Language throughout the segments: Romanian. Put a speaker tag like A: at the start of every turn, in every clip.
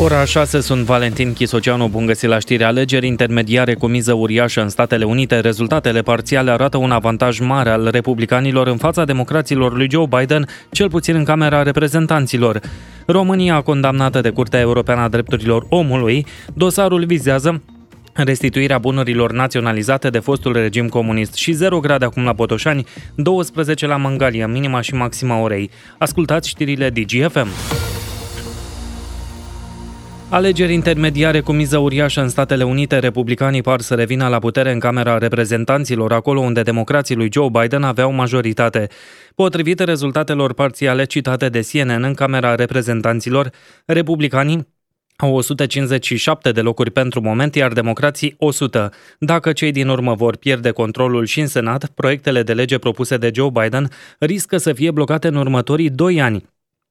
A: Ora 6 sunt Valentin Chisoceanu, bun găsit la știri alegeri intermediare cu miză uriașă în Statele Unite. Rezultatele parțiale arată un avantaj mare al republicanilor în fața democraților lui Joe Biden, cel puțin în Camera Reprezentanților. România, condamnată de Curtea Europeană a Drepturilor Omului, dosarul vizează restituirea bunurilor naționalizate de fostul regim comunist și 0 grade acum la Botoșani, 12 la Mangalia, minima și maxima orei. Ascultați știrile DGFM. Alegeri intermediare cu miză uriașă în Statele Unite, republicanii par să revină la putere în Camera Reprezentanților, acolo unde democrații lui Joe Biden aveau majoritate. Potrivit rezultatelor parțiale citate de CNN în Camera Reprezentanților, republicanii au 157 de locuri pentru moment, iar democrații 100. Dacă cei din urmă vor pierde controlul și în Senat, proiectele de lege propuse de Joe Biden riscă să fie blocate în următorii doi ani.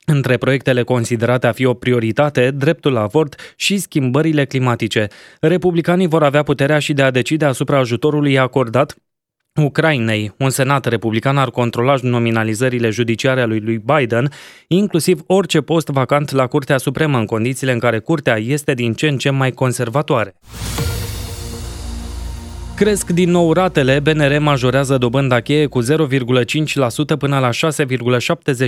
A: Între proiectele considerate a fi o prioritate, dreptul la avort și schimbările climatice. Republicanii vor avea puterea și de a decide asupra ajutorului acordat Ucrainei. Un senat republican ar controla nominalizările judiciare ale lui Biden, inclusiv orice post vacant la Curtea Supremă, în condițiile în care Curtea este din ce în ce mai conservatoare. Cresc din nou ratele, BNR majorează dobânda cheie cu 0,5% până la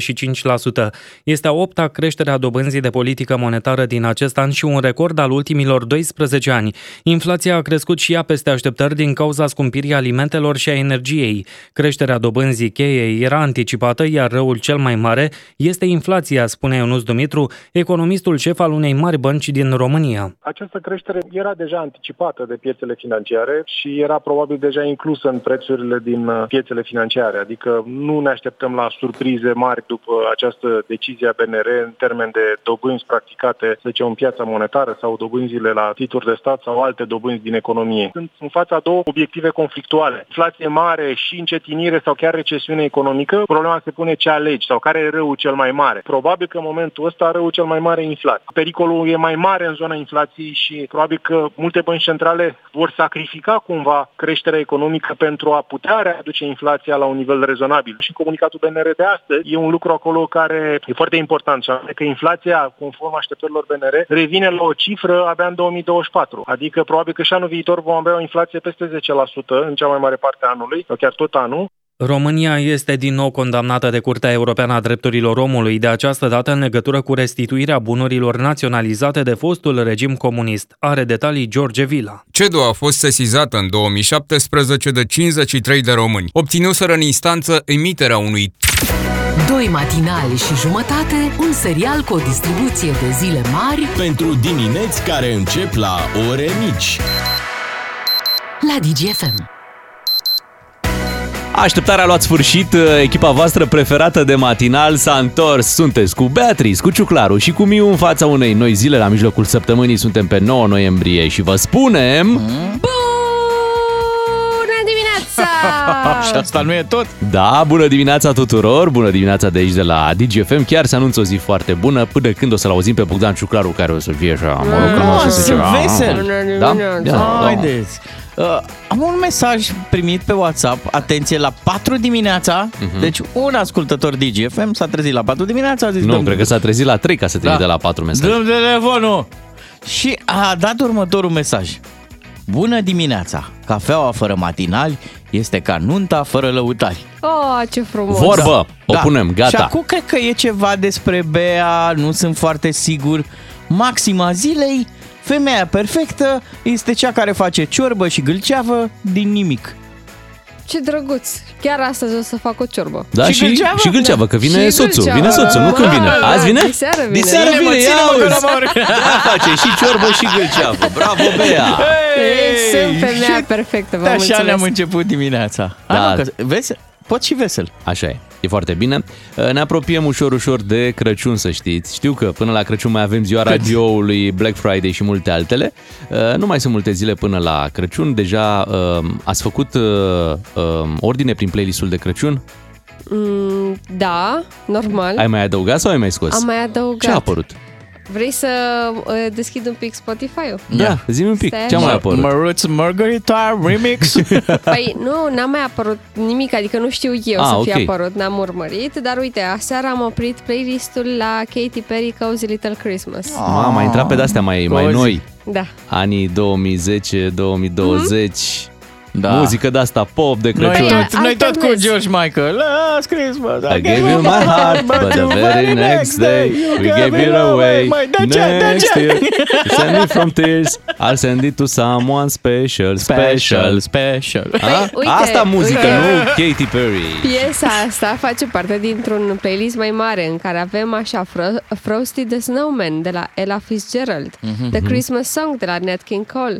A: 6,75%. Este a opta creștere a dobânzii de politică monetară din acest an și un record al ultimilor 12 ani. Inflația a crescut și ea peste așteptări din cauza scumpirii alimentelor și a energiei. Creșterea dobânzii cheie era anticipată, iar răul cel mai mare este inflația, spune Ionuț Dumitru, economistul șef al unei mari bănci din România.
B: Această creștere era deja anticipată de piețele financiare și era probabil deja inclusă în prețurile din uh, piețele financiare. Adică nu ne așteptăm la surprize mari după această decizie a BNR în termen de dobânzi practicate, să zicem, în piața monetară sau dobânzile la titluri de stat sau alte dobânzi din economie. Sunt în fața două obiective conflictuale. Inflație mare și încetinire sau chiar recesiune economică. Problema se pune ce alegi sau care e răul cel mai mare. Probabil că în momentul ăsta răul cel mai mare e inflație. Pericolul e mai mare în zona inflației și probabil că multe bănci centrale vor sacrifica cumva creșterea economică pentru a putea readuce inflația la un nivel rezonabil. Și comunicatul BNR de astăzi e un lucru acolo care e foarte important, și anume că inflația, conform așteptărilor BNR, revine la o cifră abia în 2024. Adică probabil că și anul viitor vom avea o inflație peste 10% în cea mai mare parte a anului, sau chiar tot anul,
A: România este din nou condamnată de Curtea Europeană a Drepturilor Omului, de această dată în legătură cu restituirea bunurilor naționalizate de fostul regim comunist. Are detalii George Vila.
C: CEDO a fost sesizată în 2017 de 53 de români. Obținuseră în instanță emiterea unui
D: Doi matinali și jumătate, un serial cu o distribuție de zile mari
E: pentru dimineți care încep la ore mici.
D: la DGFM.
F: Așteptarea a luat sfârșit, uh, echipa voastră preferată de matinal s-a întors. Sunteți cu Beatrice, cu Ciuclaru și cu Miu în fața unei noi zile la mijlocul săptămânii. Suntem pe 9 noiembrie și vă spunem...
G: Mm,
H: Bună dimineața!
G: Și asta nu e tot?
F: Da, bună dimineața tuturor, bună dimineața de aici de la DGFM. Chiar se anunță o zi foarte bună până când o să-l auzim pe Bogdan Ciuclaru care o să fie așa... morocanos,
G: Mm,
F: o să
G: sunt
F: zice,
G: vesel.
F: "Ah." Da? Da, da.
G: Haideți! Uh, am un mesaj primit pe WhatsApp, atenție, la 4 dimineața,
F: Mhm.
G: uh-huh. deci un ascultător DGFM s-a trezit la 4 dimineața, a zis,
F: Nu,
G: "Dăm-
F: cred că s-a trezit la 3 ca să
G: Da.
F: trimite la 4 mesaje.
G: dăm telefonul! Și a dat următorul mesaj. Bună dimineața! Cafeaua fără matinali este ca nunta fără lăutari.
H: Oh, ce frumos!
F: Vorbă! O punem,
G: Da. Și
F: gata.
G: acum cred că e ceva despre Bea, nu sunt foarte sigur. Maxima zilei, femeia perfectă este cea care face ciorbă și gâlceavă din nimic.
H: Ce drăguț! Chiar astăzi o să fac o ciorbă.
F: Da, și,
G: Și
F: și
G: Gâlceavă?
F: și Gâlceavă, că vine
H: Și
F: soțul,
H: Gâlceavă.
F: vine soțul, nu când vine.
H: Da,
F: Azi vine?
H: diseară vine.
F: Diseară
H: Ele
F: vine,
G: mă
F: ia
G: ține, mă, că
F: auzi.
G: n-am auzit.
F: Da, face și ciorbă și Gâlceavă. Bravo, Bea!
H: Ei, sunt femeia
G: și-
H: perfectă, vă
G: Da, așa
H: mulțumesc.
G: ne-am început dimineața.
F: Da.
G: Da. Anu, că, vezi, pot și vesel.
F: Așa e, e foarte bine. Uh, Ne apropiem ușor, ușor de Crăciun, să știți. Știu că până la Crăciun mai avem ziua radioului, Black Friday și multe altele. Uh, Nu mai sunt multe zile până la Crăciun. Deja um, ați făcut uh, um, ordine prin playlistul de Crăciun?
H: Mm, da, normal.
F: Ai mai adăugat sau ai mai scos?
H: Am mai adăugat.
F: Ce a apărut?
H: Vrei să uh, deschid un pic Spotify-ul?
F: Da, zi un pic,
H: Stai
F: ce-a
H: așa.
F: mai apărut?
G: Maruts Margarita Remix.
H: Păi nu, n-a mai apărut nimic, adică nu știu eu
F: Ah,
H: să fie
F: ok.
H: apărut, n-am urmărit, dar uite, aseară am oprit playlistul la Katy Perry Cozy Little Christmas.
F: Mama, a intrat pe de-astea mai, mai
G: Cozi.
F: noi,
H: Da.
F: anii 2010-2020.
G: Da.
F: Muzică de-asta pop de
G: Noi
F: Crăciun.
G: tot, noi tot cu
H: alternez.
G: George Michael. Last Christmas.
F: I gave you my heart, but the very next day we gave it away.
G: Mai, da ce, da
F: Next
G: ce?
F: year, you send it from tears, I'll send it to someone special,
G: Special,
F: special.
G: special. Păi,
F: A?
H: uite,
F: Asta muzică,
H: uite.
F: nu Katy Perry.
H: Piesa asta face parte dintr-un playlist mai mare în care avem așa Fro- Frosty the Snowman de la Ella Fitzgerald,
F: Mhm.
G: Mhm,
H: The Christmas Song de la Nat King Cole,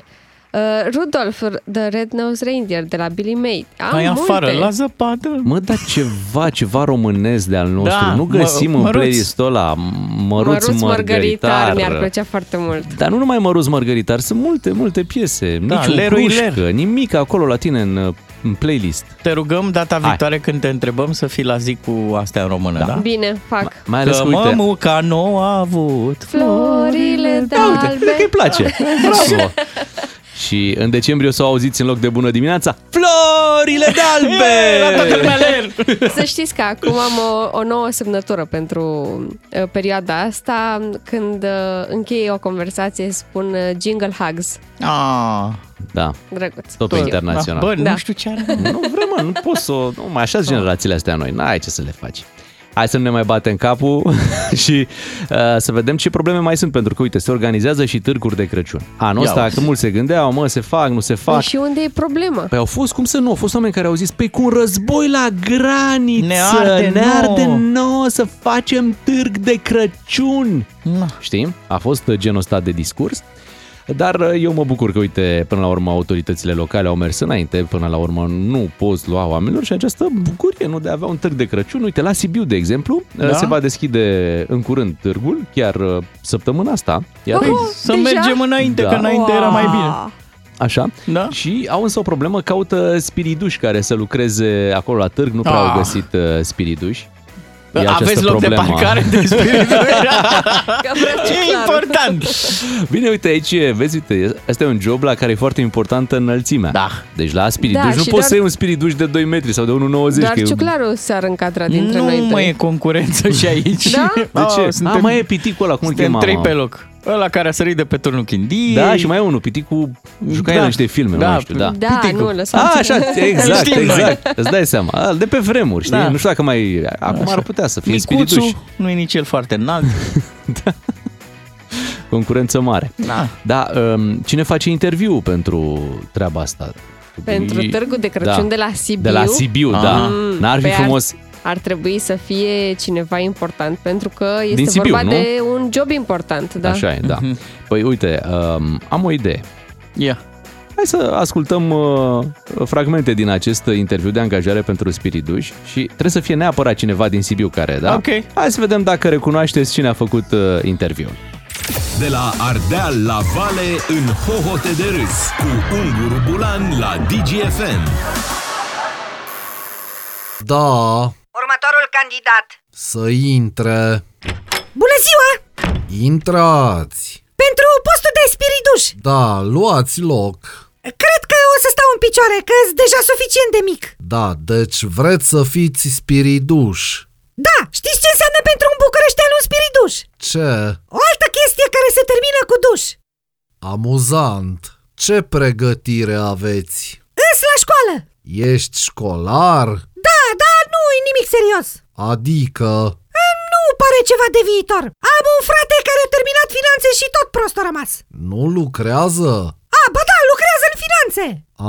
H: uh, Rudolph the Red-Nosed Reindeer de la Billy May. Am
G: Ai
H: multe.
G: Păi, afară, la zăpadă.
F: Mă, dar ceva, ceva românesc de al nostru.
G: Da,
F: nu
G: mă-
F: găsim în
G: măruț.
F: playlist-ul ăla măruț,
H: Măruț
F: mărgăritar.
H: Margaritar mi-ar plăcea foarte mult.
F: Dar nu numai măruț mărgăritar, sunt multe, multe piese.
G: Da,
F: Nici o
G: Leroy
F: crușcă, nimic acolo la tine în, în playlist.
G: Te rugăm data
F: Hai.
G: viitoare când te întrebăm să fii la zi cu astea în română, da?
H: Bine, fac.
F: Mai ales,
G: Că
F: că, uite,
G: mămuca nu a avut
H: Florile de
F: Da, uite, cred că îi
H: albe.
F: place. Bravo! Și în decembrie o să o auziți în loc de bună dimineața Florile de albe!
H: Să știți că acum am o, o nouă semnătură pentru uh, perioada asta. Când uh, închei o conversație, spun uh, jingle hugs.
G: Ah,
F: da,
H: Drăguț.
F: tot pe internațional
G: Bă,
H: Da.
G: nu știu ce are.
F: Nu vrem, mă, nu poți să... o- Nu, mai așa sunt generațiile astea noi, n-ai ce să le faci Hai să nu ne mai batem capul și uh, să vedem ce probleme mai sunt, pentru că, uite, se organizează și târguri de Crăciun. Anul
G: Ia
F: ăsta,
G: uite.
F: că mulți se gândeau, mă, se fac, nu se fac.
H: Păi și unde e problema?
F: Păi au fost, cum să nu, au fost oameni care au zis, păi cu un război la graniță,
G: Ne arde
F: ne
G: nouă."
F: arde nouă să facem târg de Crăciun.
G: Na.
F: Știi? A fost uh, genul ăsta de discurs. Dar uh, eu mă bucur că, uite, până la urmă autoritățile locale au mers înainte, până la urmă nu poți lua oamenilor și această bucurie, nu, de a avea un târg de Crăciun. Uite, la Sibiu, de exemplu, uh,
G: Da?
F: se va deschide în curând târgul, chiar uh, săptămâna asta. Iar,
H: Uhu!
G: Să
H: Deja?
G: mergem înainte,
F: Da.
G: că înainte era mai bine.
F: Așa.
G: Da?
F: Și au însă o problemă, caută spiriduși care să lucreze acolo la târg, nu prea
G: Ah.
F: au găsit uh, spiriduși. E
G: Aveți
F: această
G: loc
F: problemă.
G: de parcare de spirit.
H: Că vreau să
G: e
H: clar.
G: important.
F: Bine, uite aici, e, vezi, uite, asta e un job la care e foarte importantă înălțimea.
G: Da.
F: Deci la spiriduși
H: Da,
F: nu poți
H: și doar-
F: să iei un spiriduș de 2 metri sau de 1,90.
H: Dar
F: că e-
H: ciuclarul s-ar încadra dintre
G: Nu
H: noi
G: mai e
H: doi.
G: concurență și aici.
H: Da?
G: De
F: De ce?
G: Suntem,
F: A, mai e piticul ăla, cum îl
G: suntem
F: chema?
G: trei
F: mă?
G: pe loc. Ăla care a sărit de pe turnul Chindiei.
F: Da, și mai e unul, piticul juca el
G: Da.
F: în niște filme,
G: Da,
F: nu mai știu, da.
H: Da,
G: Piticul.
H: nu, lăsați.
F: A, așa, exact,
G: Știm noi.
F: exact. Îți dai seama. A, De pe vremuri, știi?
G: Da.
F: Nu știu dacă mai... Acum ar putea să fie spirituși.
G: Micuțu nu e nici el foarte înalt.
F: Concurență mare.
G: Da.
F: Da, um, cine face interviu pentru treaba asta?
H: Pentru
F: Ei- da.
H: târgul de Crăciun de la Sibiu.
F: De la Sibiu, da.
G: Ah.
H: Mm,
F: N-ar fi
H: păi ar-
F: frumos.
H: Ar trebui să fie cineva important, pentru că este
F: Din Sibiu,
H: vorba
F: nu?
H: de un job important. Da?
F: Așa e, da. Păi uite, um, am o idee.
G: Mhm. Ia.
F: Hai să ascultăm uh, fragmente din acest interviu de angajare pentru Spiriduș și trebuie să fie neapărat cineva din Sibiu care, da?
G: Ok.
F: Hai să vedem dacă recunoașteți cine a făcut uh, interviul.
E: De la Ardeal la Vale în hohote de râs cu Ungur Bulan la DGFM.
I: Da,
J: Următorul candidat.
I: să intre.
J: Bună ziua!
I: Intrați.
J: Pentru postul de spiriduș.
I: Da, luați loc.
J: Cred că o să stau în picioare, că sunt deja suficient de mic.
I: Da, deci vreți să fiți spiriduși.
J: Da, știți ce înseamnă pentru un bucureștean un spiriduș?
I: Ce
J: O altă chestie care se termină cu duș.
I: amuzant. Ce pregătire aveți?
J: Îs la școală.
I: Ești școlar?
J: Da, da, nu e nimic serios.
I: Adică...
J: Nu pare ceva de viitor. Am un frate care a terminat finanțe și tot prost a rămas.
I: Nu lucrează?
J: A, ba da, lucrează în finanțe.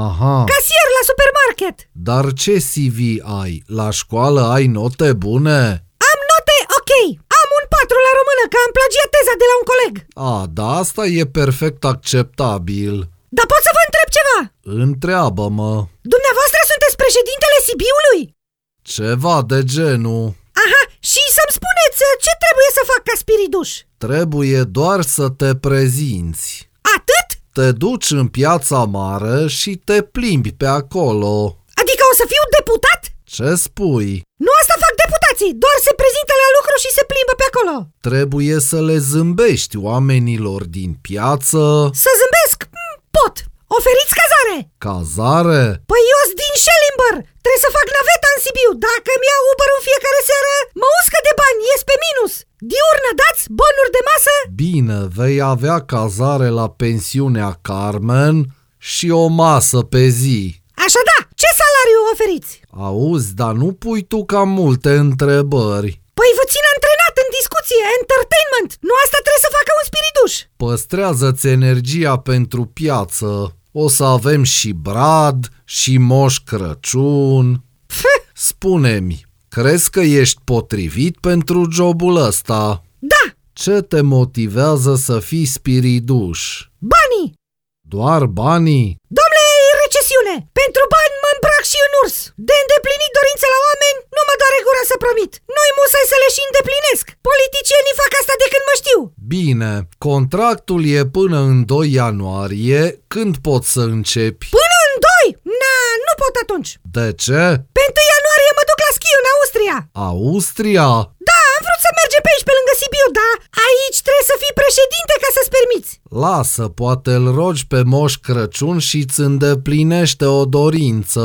I: Aha,
J: Casier la supermarket.
I: dar ce CV ai? La școală ai note bune?
J: Am note ok. Am un 4 la română, că am plagiat teza de la un coleg.
I: A, da, asta e perfect acceptabil.
J: Dar pot să vă întreb ceva?
I: Întreabă-mă.
J: Dumneavoastră sunteți președintele Sibiului?
I: Ceva de genul.
J: Aha, și să-mi spuneți uh, ce trebuie să fac ca spiriduș?
I: Trebuie doar să te prezinți.
J: Atât?
I: Te duci în piața mare și te plimbi pe acolo.
J: Adică o să fiu deputat?
I: Ce spui?
J: Nu asta fac deputații, alții, doar se prezintă la lucru și se plimbă pe acolo.
I: Trebuie să le zâmbești oamenilor din piață.
J: Să zâmbesc? Mm, Pot! Oferiți cazare!
I: Cazare?
J: Păi eu sunt din Schellimber! Trebuie să fac naveta în Sibiu! Dacă mi iau Uber în fiecare seară, mă uscă de bani, ies pe minus! Diurnă dați, bonuri de masă?
I: Bine, vei avea cazare la pensiunea Carmen și o masă pe zi.
J: Așa da, ce salariu oferiți?
I: Auzi, dar nu pui tu cam multe întrebări.
J: Păi vă țin antrenat în discuție, entertainment! Nu asta trebuie să facă un spiriduș!
I: Păstrează-ți energia pentru piață. O să avem și brad, și moș Crăciun. Spune-mi, crezi că ești potrivit pentru jobul ăsta?
J: Da,
I: Ce te motivează să fii spiriduș?
J: banii!
I: Doar banii?
J: Domnule, e recesiune! Pentru bani mă îmbrac și în urs! De îndeplinit dorințe la oameni, nu mă doare gura să promit! Nu-i musai să le și îndeplinesc! Politicienii fac asta de când mă știu!
I: Bine, contractul e până în 2 ianuarie, când poți să începi?
J: Până în doi? Na, nu pot atunci!
I: De ce?
J: Pe 1 ianuarie mă duc la schi în Austria!
I: Austria?
J: Da, am vrut să merge pe aici, pe lângă Sibiu, da? Aici trebuie să fii președinte ca să-ți permiți!
I: Lasă, poate îl rogi pe Moș Crăciun și îți îndeplinește o dorință.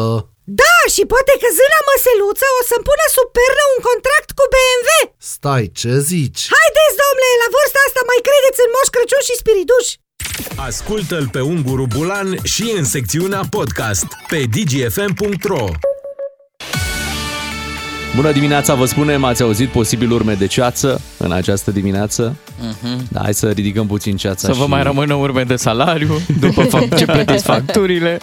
J: Da, și poate că zâna măseluță o să-mi pună sub pernă un contract cu BMW!
I: Stai, ce zici?
J: Haideți, domnule, la vârsta asta mai credeți în Moș Crăciun și spiriduși?
E: Ascultă-l pe Unguru Bulan și în secțiunea podcast pe dgfm.ro
F: Bună dimineața, vă spunem, ați auzit posibil urme de ceață în această dimineață?
G: Mhm.
F: Da, hai să ridicăm puțin ceața
G: Să
F: și...
G: vă mai rămână urme de salariu, după fac ce plătiți facturile.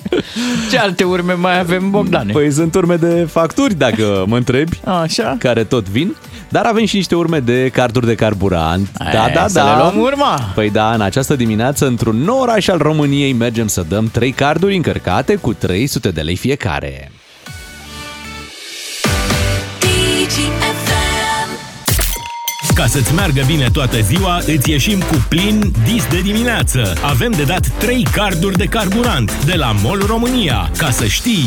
G: Ce alte urme mai avem, Bogdane?
F: Păi sunt urme de facturi, dacă mă întrebi,
G: Așa.
F: care tot vin. Dar avem și niște urme de carduri de carburant. da,
G: E,
F: da,
G: să le
F: da.
G: luăm urma.
F: Păi da, în această dimineață, într-un nou oraș al României, mergem să dăm 3 carduri încărcate cu 300 de lei fiecare.
E: Ca să-ți meargă bine toată ziua, îți ieșim cu plin dis de dimineață. Avem de dat 3 carduri de carburant de la MOL România. Ca să știi...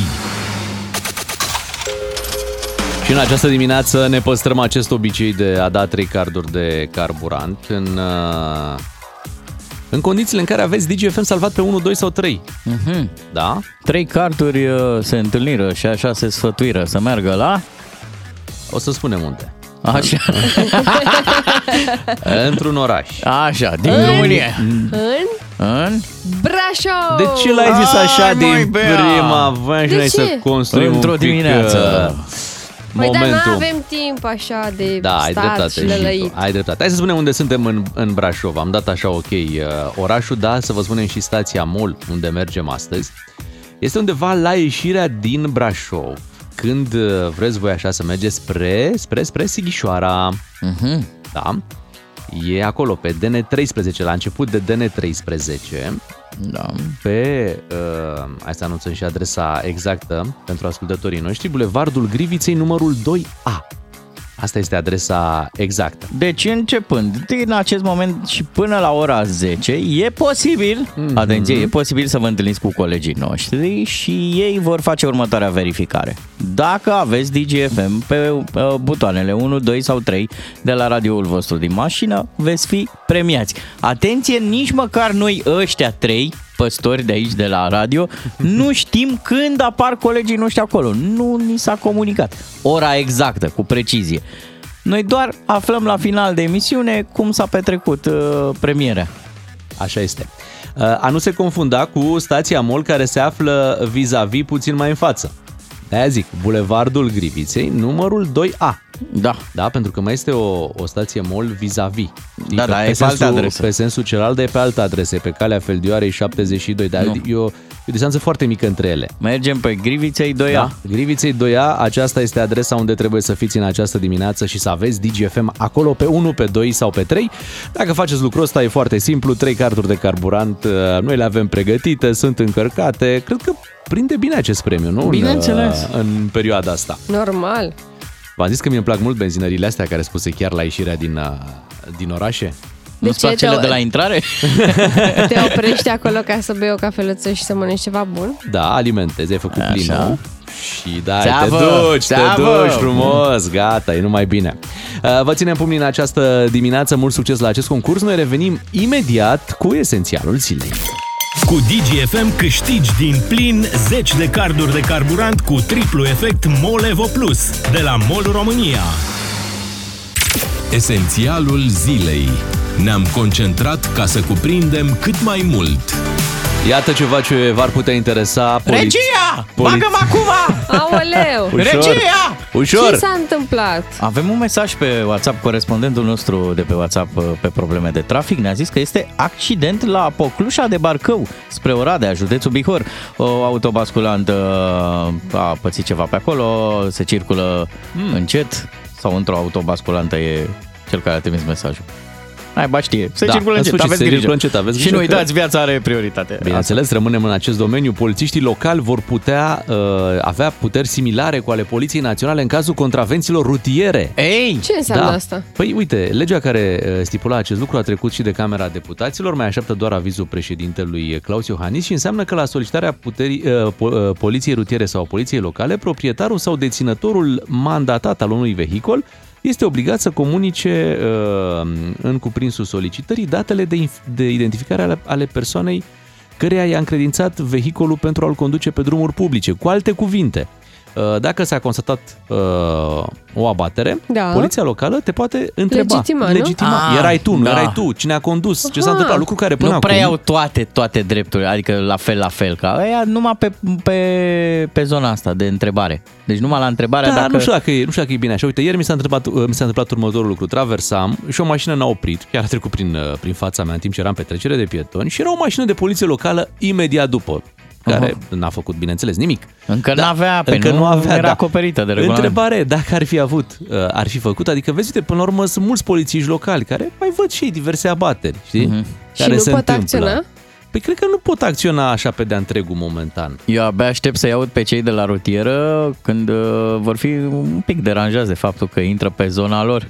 F: Și în această dimineață ne păstrăm acest obicei de a da 3 carduri de carburant în, uh, în condițiile în care aveți DGFM salvat pe 1, 2 sau 3.
G: Mhm.
F: Da?
G: Trei carturi uh, se întâlniră și așa se sfătuiră să meargă la...
F: O să spunem unde.
G: Așa,
F: Într-un oraș.
G: așa din România.
H: În
G: În?
H: Brașov!
F: De ce l-ai zis așa
G: Ai, măi,
F: din
G: bea!
F: prima voie și
H: De
F: n-ai
H: ce?
F: să construim
G: Într-o
F: un pic,
G: dimineață.
F: uh,
H: Păi dar nu
F: momentul.
H: avem timp așa de
F: Da, ai
H: stat și
F: dreptate.
H: lălăit.
F: Jitu, Ai dreptate. Hai să spunem unde suntem în, în Brașov. Am dat așa, ok, uh, orașul, da, să vă spunem și stația MOL, unde mergem astăzi. Este undeva la ieșirea din Brașov. Când uh, vreți voi așa să mergeți spre, spre, spre Sighișoara.
G: Mhm.
F: Da? E acolo, pe DN13, la început de DN13
G: Da.
F: pe, uh, hai să anunțăm și adresa exactă pentru ascultătorii noștri, Bulevardul Griviței numărul 2A. Asta este adresa exactă.
G: Deci începând din acest moment și până la ora 10 e posibil,
F: Mhm.
G: atenție, e posibil să vă întâlniți cu colegii noștri și ei vor face următoarea verificare. Dacă aveți DGFM pe uh, butoanele 1, 2 sau 3 de la radioul vostru din mașină, veți fi premiați. Atenție, nici măcar noi ăștia trei păstori de aici, de la radio, nu știm când apar colegii noștri acolo. Nu ni s-a comunicat. Ora exactă, cu precizie. Noi doar aflăm la final de emisiune cum s-a petrecut uh, premierea.
F: Așa este. Uh, A nu se confunda cu stația MOL care se află vis-a-vis puțin mai în față. De-aia zic, Bulevardul Griviței numărul 2A.
G: Da.
F: Da, pentru că mai este o, o stație MOL vis-a-vis. Adică
G: da, e pe altă
F: sensul-
G: adresă.
F: Pe sensul celălalt, dar e pe altă adresă, e pe calea Feldioarei 72, dar
G: Nu.
F: e o, e o distanță foarte mică între ele.
G: Mergem pe Griviței 2A.
F: Da. Griviței 2A, aceasta este adresa unde trebuie să fiți în această dimineață și să aveți DGFM acolo pe 1, pe 2 sau pe 3. Dacă faceți lucrul ăsta e foarte simplu, 3 carturi de carburant, uh, noi le avem pregătite, sunt încărcate, cred că prinde bine acest premiu, nu?
G: Bineînțeles.
F: În, în perioada asta.
H: Normal.
F: V-am zis că mi-e plac mult benzinările astea care spuse chiar la ieșirea din, uh, din orașe.
G: Nu-ți
H: ce
G: plac cele
H: te-
G: de la intrare?
H: Te oprești acolo ca să bei o cafeluță și să mănânci ceva bun?
F: Da, alimentezi, ai făcut
G: Așa.
F: plinul Și da,
G: Țeavă!
F: te duci, te
G: Țeavă!
F: duci frumos, gata, e numai bine. Uh, Vă ținem pumnii în această dimineață, mult succes la acest concurs. Noi revenim imediat cu esențialul zilei.
E: Cu DGFM câștigi din plin 10 de carduri de carburant cu triplu efect Molevo Plus de la MOL România. Esențialul zilei. Ne-am concentrat ca să cuprindem cât mai mult.
F: Iată ceva ce v-ar putea interesa poli-
G: Regia!
F: poli-
G: Bagă-mă acum!
H: Aoleu!
F: Ușor.
G: Regia!
H: Ce
F: Ușor!
H: s-a întâmplat?
G: Avem un mesaj pe WhatsApp, corespondentul nostru de pe WhatsApp uh, pe probleme de trafic ne-a zis că este accident la Poclușa de Barcău, spre Oradea, județul Bihor. O autobasculantă uh, a pățit ceva pe acolo, se circulă mm. încet sau într-o autobasculantă e cel care a trimis mesajul. Hai, ba știe, se
F: Da,
G: circulă
F: în
G: încet,
F: sfârșit,
G: aveți
F: se
G: grijă.
F: circulă încet, aveți
G: Și nu
F: grijă că-
G: uitați, viața are prioritate.
F: Bineînțeles, rămânem în acest domeniu. Polițiștii locali vor putea uh, avea puteri similare cu ale Poliției Naționale în cazul contravențiilor rutiere.
G: Ei!
H: Ce înseamnă asta?
F: Păi uite, legea care uh, stipula acest lucru a trecut și de Camera Deputaților, mai așteaptă doar avizul președintelui Claus Iohannis și înseamnă că la solicitarea puterii, uh, po- uh, poliției rutiere sau poliției locale, proprietarul sau deținătorul mandatat al unui vehicol este obligat să comunice uh, în cuprinsul solicitării datele de, inf- de identificare ale, ale persoanei căreia i-a încredințat vehiculul pentru a-l conduce pe drumuri publice. Cu alte cuvinte, uh, dacă s-a constatat uh, o abatere,
H: Da.
F: poliția locală te poate întreba.
H: Legitima, nu?
F: legitima.
G: Ah,
F: erai tu, nu
G: da.
F: erai tu, cine a condus, ce s-a
H: Aha.
F: întâmplat, lucru care până
G: Ah, Nu prea
F: acum...
G: iau toate, toate drepturile, adică la fel, la fel, ca aia numai pe, pe, pe zona asta de întrebare. Deci numai la întrebarea
F: Da,
G: dacă...
F: nu, știu dacă e, nu știu dacă e bine așa. Uite, ieri mi s-a întâmplat, uh, mi s-a întâmplat următorul lucru. Traversam și o mașină n-a oprit, chiar a trecut prin, uh, prin fața mea în timp ce eram pe trecere de pietoni și era o mașină de poliție locală imediat după, care
G: Aha.
F: n-a făcut, bineînțeles, nimic.
G: Încă da, n-avea, pe
F: încă nu, avea,
G: era
F: da.
G: acoperită de regulament.
F: Întrebare, dacă ar fi avut, uh, ar fi făcut? Adică, vezi, uite, până la urmă sunt mulți polițiști locali care mai văd și ei diverse abateri, știi?
G: Mhm.
H: Și nu pot acționa?
F: Păi cred că nu pot acționa așa pe de-a întregul momentan.
G: Eu abia aștept să-i aud pe cei de la rutieră când uh, vor fi un pic deranjați de faptul că intră pe zona lor.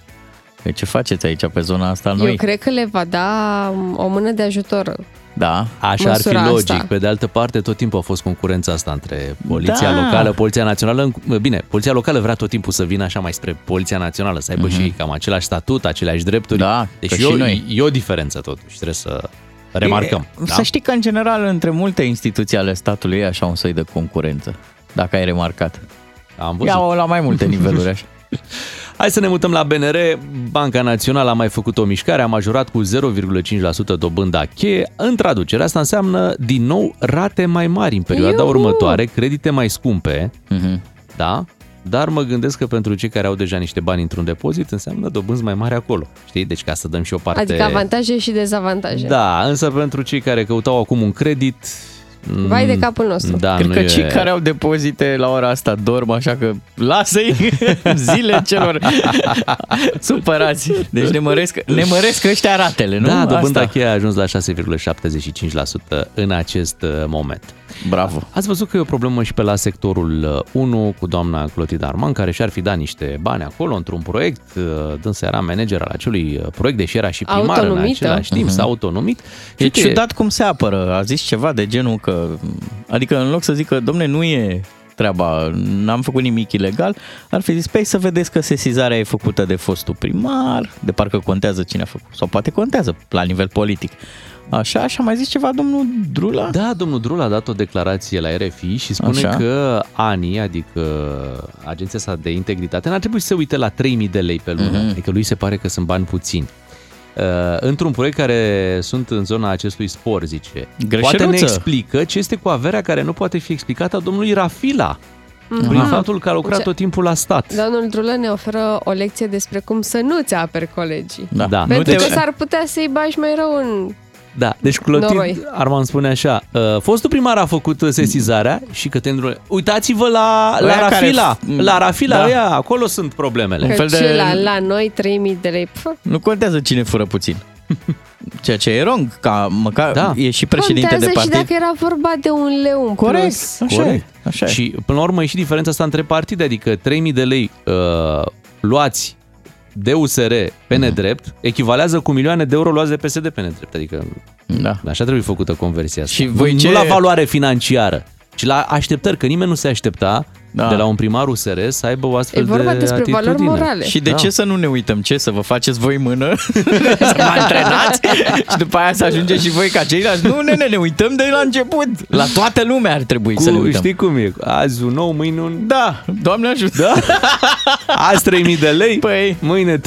G: Deci ce faceți aici pe zona asta
H: Eu
G: noi?
H: cred că le va da o mână de ajutor.
G: Da.
F: Așa
H: Măsura
F: ar fi logic.
H: asta.
F: Pe de altă parte, tot timpul a fost concurența asta între poliția
G: Da.
F: locală, poliția națională. în- Bine, poliția locală vrea tot timpul să vină așa mai spre poliția națională, să aibă și ei cam același statut, aceleași drepturi.
G: Mhm. Da,
F: deci
G: că
F: e, o-
G: și noi.
F: e o diferență totuși, trebuie să remarcăm. da?
G: E, Să știi că în general între multe instituții ale statului e așa un soi de concurență, dacă ai remarcat.
F: Da, Am văzut.
G: Ia-o la mai multe niveluri așa.
F: Hai să ne mutăm la BNR. Banca Națională a mai făcut o mișcare, a majorat cu 0,5% dobânda cheie. În traducere, asta înseamnă din nou rate mai mari în perioada
H: Iuhu!
F: următoare, credite mai scumpe,
K: mhm.
F: da? Dar mă gândesc că pentru cei care au deja niște bani într-un depozit, înseamnă dobânzi mai mari acolo. Știi? Deci ca să dăm și o parte...
H: Adică avantaje și dezavantaje.
F: Da, însă pentru cei care căutau acum un credit...
H: Vai de
F: mm,
H: capul nostru.
F: Da,
G: Cred
F: nu
G: că
F: e...
G: cei care au depozite la ora asta dorm, așa că lasă-i zile celor supărați. Deci ne măresc, ne măresc ăștia ratele, nu?
F: Da, dobânda
G: Asta.
F: cheie a ajuns la 6,75% în acest uh, moment.
G: Bravo.
F: Ați văzut că e o problemă și pe la sectorul uh, 1 cu doamna Clotilde Arman, care și-ar fi dat niște bani acolo într-un proiect. Uh, Dânsa era manager al acelui uh, proiect, deși era și primar în
H: Autonumită.
F: același timp, s-a autonomit.
G: E
F: Uite,
G: Mhm. ciudat cum se apără. A zis ceva de genul că... Adică în loc să zică, domne, nu e treaba, n-am făcut nimic ilegal, ar fi zis, păi să vedeți că sesizarea e făcută de fostul primar, de parcă contează cine a făcut, sau poate contează la nivel politic. Așa, și a mai zis ceva domnul Drula?
F: Da, domnul Drul a dat o declarație la RFI și spune
G: Așa.
F: Așa. că ANI, adică Agenția sa de Integritate, n-ar trebui să se uite la 3000 de lei pe lună.
G: Mhm.
F: Mm-hmm. Adică lui se pare că sunt bani puțini. Uh, într-un proiect care sunt în zona acestui spor, zice. Poate ne
G: Greșeluță.
F: explică ce este cu averea care nu poate fi explicată a domnului Rafila. Prin faptul că a lucrat
H: Ah. Ce- Da.
F: tot timpul la stat.
H: Mhm. Domnul Drulă ne oferă o lecție despre cum să nu-ți aperi colegii.
G: Da.
F: Da.
H: Pentru
F: Deci-
H: că s-ar putea să-i bagi mai rău în...
F: Da, deci Clotilde
H: Noroi.
F: Arman spune așa, uh, fostul primar a făcut uh, sesizarea și că tendrul... Uitați-vă la,
G: Ăia
F: la
G: care-
F: Rafila,
G: Mm,
F: la Rafila,
G: da.
F: da. aia, acolo sunt problemele.
G: Un
H: Că
G: fel de-
H: de... la, la noi 3000 de lei. Pf,
G: Nu contează cine fură puțin. Ceea ce e wrong, ca măcar da.
F: Da.
G: e și președinte
H: contează
G: de
H: și
G: partid.
H: dacă era vorba de un leu în
G: Corect,
H: plus.
G: așa
F: Corect.
G: e, așa e.
F: Și până la urmă e și diferența asta între partide, adică 3000 de lei uh, luați de USR
G: Mhm.
F: pe nedrept, echivalează cu milioane de euro luați de PSD pe nedrept. Adică
G: Da.
F: așa trebuie făcută conversia asta.
G: Și voi
F: nu
G: ce-
F: la valoare financiară, ci la așteptări, că nimeni nu se aștepta da. de la un primar USR să aibă o astfel
H: E vorba
F: de
H: despre
F: atitudine.
H: valori morale.
G: Și de
F: Da.
G: da. ce să nu ne uităm? Ce, să vă faceți voi mână? să mă antrenați? și după aia să ajungeți și voi ca ceilalți? Nu, nene, ne uităm de la început. La toată lumea ar trebui
F: Cu,
G: Păi să ne uităm.
F: știi cum e? Azi un nou, mâine un...
G: Da, doamne ajută. Da?
F: Azi 3.000 de lei,
G: Păi,
F: mâine 30.000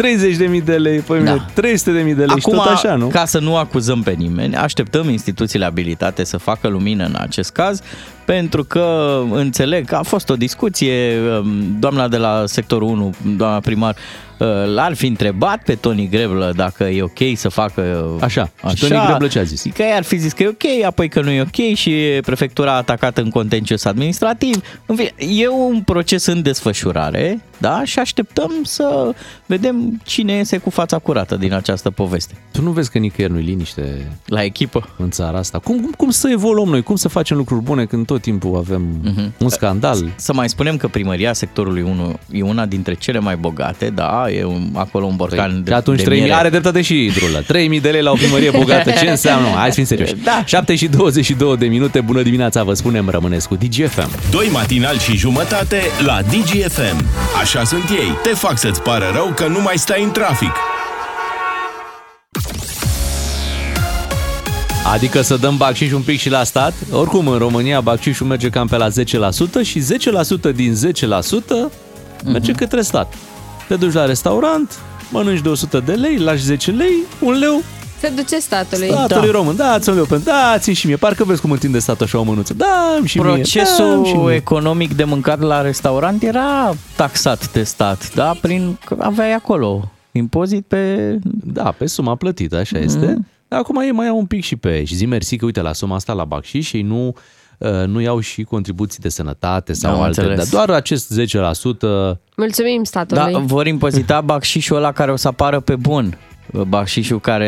F: de lei, păi mâine
G: Da.
F: 300.000 de lei și
G: Acum,
F: tot așa, nu?
G: ca să nu acuzăm pe nimeni, așteptăm instituțiile abilitate să facă lumină în acest caz, pentru că înțeleg că a fost o discuție, um, doamna de la sectorul 1, doamna primar, uh, l-ar fi întrebat pe Toni Greblă dacă e ok să facă uh,
F: Așa. Și Toni Greblă ce a zis?
G: Că ei ar fi zis că e ok, apoi că nu e ok și prefectura a atacat în contencios administrativ. În fine, e un proces în desfășurare, da? Și așteptăm să vedem cine iese cu fața curată din această poveste.
F: Tu nu vezi că nicăieri nu-i liniște
G: La echipă.
F: în țara asta? Cum, cum, cum să evoluăm noi? Cum să facem lucruri bune când tot timpul avem
G: Mhm.
F: uh-huh. un scandal?
G: Să mai spunem că primăria sectorului 1 e una dintre cele mai bogate, da, e un, acolo un borcan
F: Păi,
G: de,
F: de, atunci
G: de
F: 3000,
G: miere.
F: are dreptate și Idrula. 3000 de lei la o primărie bogată, ce înseamnă? Hai să fim serioși.
G: Da.
F: 7 și 22 de minute, bună dimineața, vă spunem, rămâneți cu DGFM.
E: Doi matinal și jumătate la DGFM. Așa sunt ei. Te fac să-ți pară rău că nu mai stai în trafic.
F: Adică să dăm bacșiș un pic și la stat. Oricum, în România bacșișul merge cam pe la 10% și 10% din 10% merge către stat. Te duci la restaurant, mănânci de 100 de lei, lași 10 lei, un leu,
H: Se duce statului.
F: statului da. român. Da, ți-un leu pentru, da, țin și mie. Parcă vezi cum întinde statul așa o mânuță. Da, îmi și mie. da, îmi și
G: Procesul
F: mie.
G: economic de mâncat la restaurant era taxat de stat, da? Prin, că aveai acolo impozit pe... Mhm.
F: Da, pe suma plătită, așa este. Dar acum ei mai iau un pic și pe și zi mersi că uite la suma asta la Bacșiș și ei nu uh, nu iau și contribuții de sănătate sau
G: Am
F: alte,
G: înțeles.
F: dar doar acest 10%
G: Da,
H: Mulțumim statului.
G: vor impozita bacșișul ăla care o să apară pe bun. Bacșișul care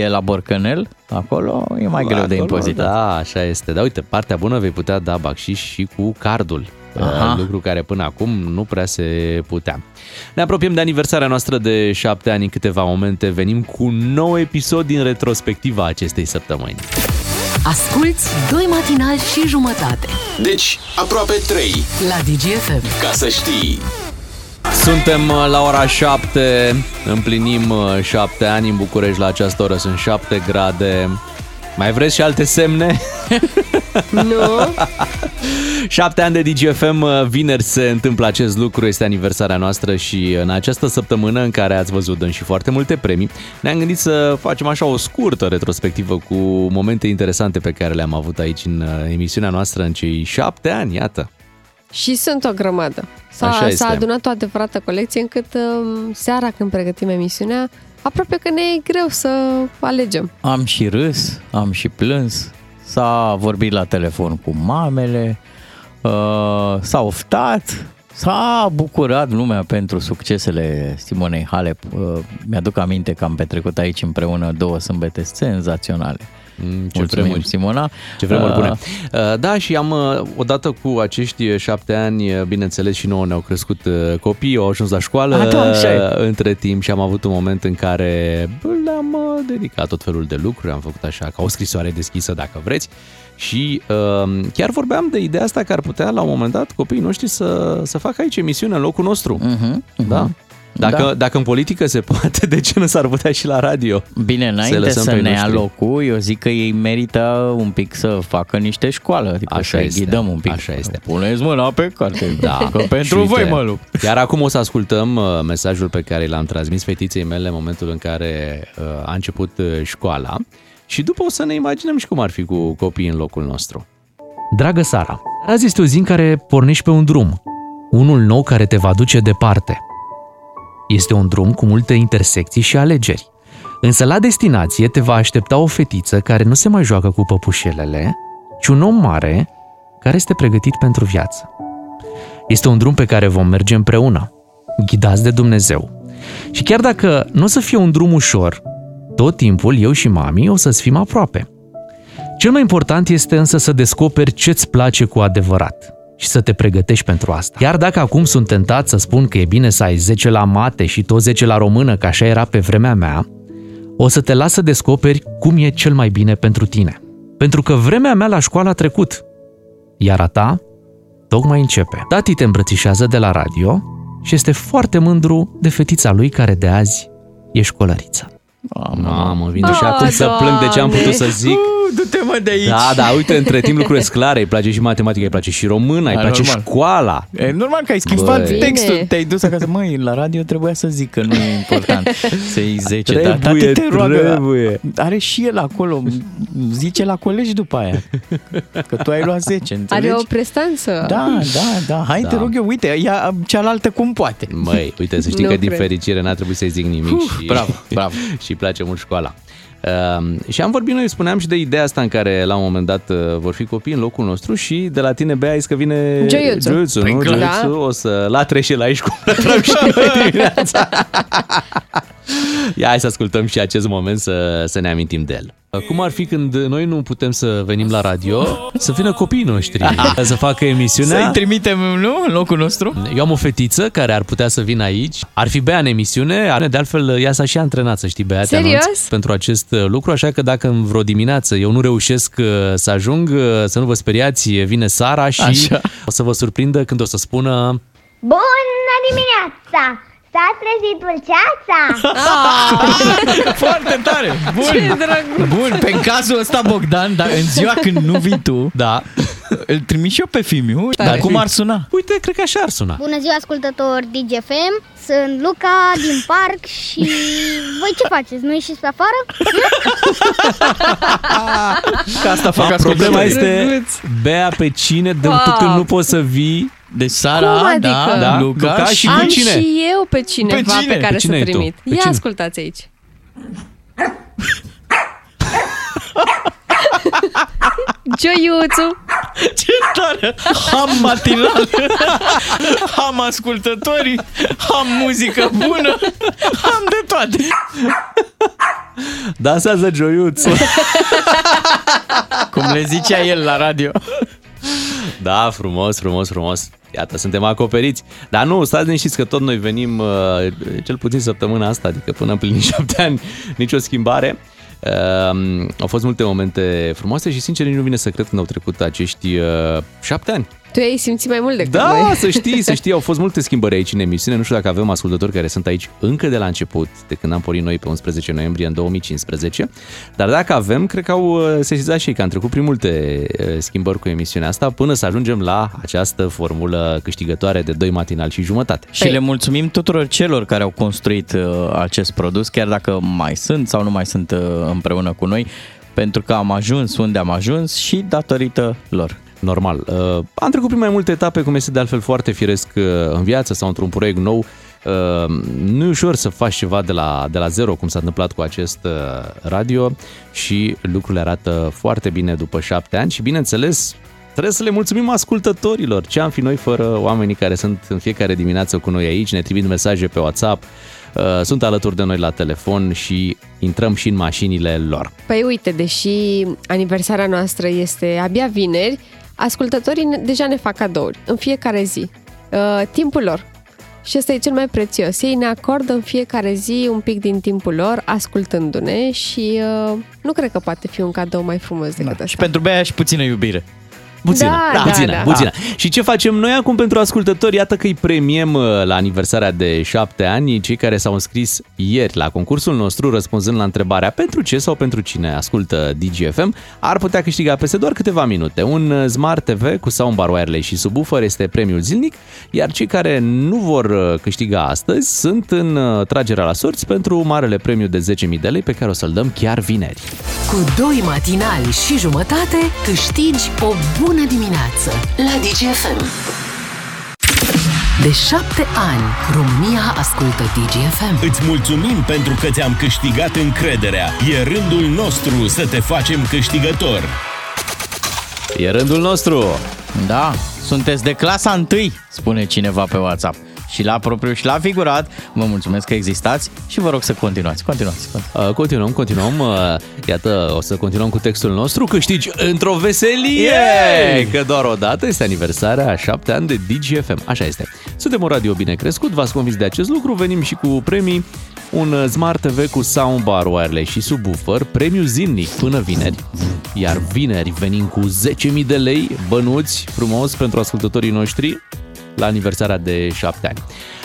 G: e la borcanel, acolo e mai greu de
F: Acolo,
G: impozitat.
F: Da, așa este. Dar uite, partea bună vei putea da bacșiș și cu cardul.
G: Aha.
F: Aha. Lucru care până acum nu prea se putea. Ne apropiem de aniversarea noastră de șapte ani în câteva momente. Venim cu un nou episod din retrospectiva acestei săptămâni.
D: Asculți doi matinali și jumătate
E: Deci, aproape 3,
D: la DGFM.
E: ca să știi.
F: Suntem uh, la ora 7, împlinim 7 ani în București la această oră, sunt 7 grade. Mai vreți și alte semne?
H: Nu?
F: 7 ani de DGFM, uh, vineri se întâmplă acest lucru, este aniversarea noastră și în această săptămână în care ați văzut dăm și foarte multe premii, ne-am gândit să facem așa o scurtă retrospectivă cu momente interesante pe care le-am avut aici în uh, emisiunea noastră în cei 7 ani, iată.
H: Și sunt o grămadă.
F: Așa
H: S-a,
F: este.
H: s-a adunat o adevărată colecție încât um, seara când pregătim emisiunea, aproape că ne e greu să alegem.
G: Am și râs, am și plâns, s-a vorbit la telefon cu mamele, uh, s-a oftat, s-a bucurat lumea pentru succesele Simonei Halep. Uh, mi-aduc aminte că am petrecut aici împreună două sâmbete senzaționale.
F: Mm, ce
G: Mulțumim,
F: vremuri.
G: Simona.
F: Ce vremuri
G: Uh,
F: bune. Uh, Da, și am, uh, odată cu acești șapte ani, uh, bineînțeles și nouă ne-au crescut uh, copiii, au ajuns la școală
G: A, da, așa e.
F: uh, între timp și am avut un moment în care bă, le-am uh, dedicat tot felul de lucruri, am făcut așa ca o scrisoare deschisă dacă vreți și uh, chiar vorbeam de ideea asta că ar putea la un moment dat copiii noștri să, să facă aici emisiune în locul nostru.
G: mhm, mhm.
F: Da. Dacă,
G: Da.
F: da. dacă în politică se poate, de ce nu s-ar putea și la radio?
G: Bine, înainte
F: lăsăm
G: să,
F: pe ei
G: ne ia
F: noștri.
G: locul, eu zic că ei merită un pic să facă niște școală. Adică
F: Așa
G: să îi
F: este,
G: ghidăm un pic.
F: așa este.
G: Puneți mâna pe carte.
F: Da.
G: Că pentru
F: Și uite,
G: voi mă lupt.
F: Iar acum o să ascultăm uh, mesajul pe care l-am transmis fetiței mele în momentul în care uh, a început uh, școala și după o să ne imaginăm și cum ar fi cu copiii în locul nostru.
L: Dragă Sara, azi este o zi în care pornești pe un drum, unul nou care te va duce departe. Este un drum cu multe intersecții și alegeri. Însă la destinație te va aștepta o fetiță care nu se mai joacă cu păpușelele, ci un om mare care este pregătit pentru viață. Este un drum pe care vom merge împreună, ghidați de Dumnezeu. Și chiar dacă nu o să fie un drum ușor, tot timpul eu și mami o să-ți fim aproape. Cel mai important este însă să descoperi ce-ți place cu adevărat și să te pregătești pentru asta. Iar dacă acum sunt tentat să spun că e bine să ai 10 la mate și tot 10 la română, că așa era pe vremea mea, o să te las să descoperi cum e cel mai bine pentru tine. Pentru că vremea mea la școală a trecut, iar a ta tocmai începe. Tati te îmbrățișează de la radio și este foarte mândru de fetița lui care de azi e școlăriță.
F: Mamă, vin
L: Ah,
F: și acum să plâng de ce am putut să zic.
L: Uh,
G: Du-te mă de aici.
F: Da, da, uite, între timp lucrurile sunt clare. Îi place și matematica, îi place și româna, îi
G: Da,
F: place
G: normal.
F: școala.
G: E normal că ai schimbat Băi. textul, te-ai dus acasă. Măi, la radio trebuia să zic că nu e important să-i 10, dar
F: Trebuie,
G: tati te roagă.
F: trebuie.
G: Are și el acolo, zice la colegi după aia, că tu ai luat 10, înțelegi?
H: Are o prestanță.
G: Da, da, da, hai
F: Da.
G: da. te rog eu, uite, ia cealaltă cum poate.
F: Măi, uite, să știi
G: Nu
F: că din
G: cred.
F: fericire n-a trebuit să-i zic nimic.
G: Uf,
F: și,
G: bravo, bravo.
F: și îi place mult școala. Um, și am vorbit noi, spuneam și de ideea asta în care la un moment dat uh, vor fi copii în locul nostru și de la tine, Bea, ai zis că vine
H: Gioiuțu.
F: Gioiuțu,
H: Păi
F: nu?
H: clar.
F: Gioiuțu,
H: Da.
F: o să latre și el aici cum latrăm și noi dimineața. Ia hai să ascultăm și acest moment să, să ne amintim de el.
L: Cum ar fi când noi nu putem să venim la radio, să vină copiii noștri să facă emisiunea?
G: Să-i trimitem, nu, în locul nostru?
L: Eu am o fetiță care ar putea să vină aici. Ar fi Bea în emisiune, are- de altfel ea s-a și antrenat, să știi, Bea, te
H: Serios?
L: anunț pentru acest uh, lucru, așa că dacă în vreo dimineață eu nu reușesc uh, să ajung, uh, să nu vă speriați, vine Sara și
M: Așa.
L: o să vă surprindă când o să spună
M: Bună dimineața! S-a trezit dulceața!
G: Foarte tare! Bun!
M: Ce drăguț!
G: Bun, pe cazul ăsta, Bogdan, dar în ziua când nu vii tu,
L: da.
G: îl trimiți și eu pe Fimiu,
L: Tare.
G: dar cum ar suna?
L: Uite, cred că așa ar suna.
N: Bună ziua, ascultători DGFM! Sunt Luca din parc și voi ce faceți? Nu ieșiți pe afară?
G: Că asta fac
F: Problema
G: ascultătorii.
F: este, Bea, pe cine, de
H: Wow.
F: tu când nu poți să vii?
G: De Deci Sara,
H: Cum adică?
F: da, da, Luca, și
H: Am
F: pe cine?
H: și eu pe cineva pe,
F: cine?
H: pe care
F: Pe cine
H: să
F: ai tu?
H: trimit.
F: Pe
H: Ia
F: cine?
H: ascultați aici. Gioiuțu!
G: Ce tare! Ham matinal! Ham ascultătorii! Ham muzică bună! Ham de toate!
F: Dansează joiuțul.
G: Cum le zicea el la radio.
F: Da, frumos, frumos, frumos. Iată, suntem acoperiți. Dar nu, stați liniștiți că tot noi venim, uh, cel puțin săptămâna asta, adică până împlinim șapte ani, nicio schimbare. Uh, au fost multe momente frumoase și sincer nici nu vine să cred când au trecut acești uh, șapte ani.
H: Tu ai simțit mai mult decât
F: Da,
H: noi.
F: să știi, să știi, au fost multe schimbări aici în emisiune. Nu știu dacă avem ascultători care sunt aici încă de la început, de când am pornit noi pe 11 noiembrie în 2015. Dar dacă avem, cred că au uh, sesizat și ei că am trecut prin multe uh, schimbări cu emisiunea asta până să ajungem la această formulă câștigătoare de 2 matinal și jumătate.
G: Și le mulțumim tuturor celor care au construit uh, acest produs, chiar dacă mai sunt sau nu mai sunt uh, împreună cu noi, pentru că am ajuns unde am ajuns și datorită lor.
F: Normal. Uh, am trecut prin mai multe etape, cum este de altfel foarte firesc uh, în viață sau într-un proiect nou. Uh, nu e ușor să faci ceva de la, de la zero, cum s-a întâmplat cu acest uh, radio și lucrurile arată foarte bine după șapte ani și, bineînțeles, trebuie să le mulțumim ascultătorilor. Ce am fi noi fără oamenii care sunt în fiecare dimineață cu noi aici, ne trimit mesaje pe WhatsApp, uh, sunt alături de noi la telefon și intrăm și în mașinile lor.
H: Păi uite, deși aniversarea noastră este abia vineri, ascultătorii ne- deja ne fac cadouri în fiecare zi. Uh, timpul lor. Și ăsta e cel mai prețios. Ei ne acordă în fiecare zi un pic din timpul lor, ascultându-ne și uh, nu cred că poate fi un cadou mai frumos decât da.
G: Și
H: asta.
G: pentru Bea și puțină iubire.
F: Puțină,
H: Da, da,
F: puțină,
H: da.
F: puțină. Și ce facem noi acum pentru ascultători? Iată că îi premiem uh, la aniversarea de șapte ani cei care s-au înscris ieri la concursul nostru răspunzând la întrebarea pentru ce sau pentru cine ascultă DGFM ar putea câștiga peste doar câteva minute. Un uh, Smart TV cu soundbar wireless și subwoofer este premiul zilnic, iar cei care nu vor uh, câștiga astăzi sunt în uh, tragerea la sorți pentru marele premiu de 10.000 de lei pe care o să-l dăm chiar vineri.
D: Cu doi matinali și jumătate câștigi o bună dimineață la DGFM. De șapte ani, România ascultă DGFM.
E: Îți mulțumim pentru că ți-am câștigat încrederea. E rândul nostru să te facem câștigător.
F: E rândul nostru.
G: Da, sunteți de clasa întâi, spune cineva pe WhatsApp. Și la propriu și la figurat, vă mulțumesc că existați și vă rog să continuați. Continuați. continuați.
F: Uh, Continuăm, continuăm. Uh, Iată, o să continuăm cu textul nostru. Câștigi într-o veselie!
G: Yay!
F: Că doar o dată este aniversarea a șapte ani de DGFM. Așa este. Suntem un radio bine crescut, v-ați convins de acest lucru, venim și cu premii un uh, Smart TV cu soundbar wireless și subwoofer, premiu zilnic până vineri, iar vineri venim cu 10.000 de lei bănuți frumos pentru ascultătorii noștri la aniversarea de 7 ani.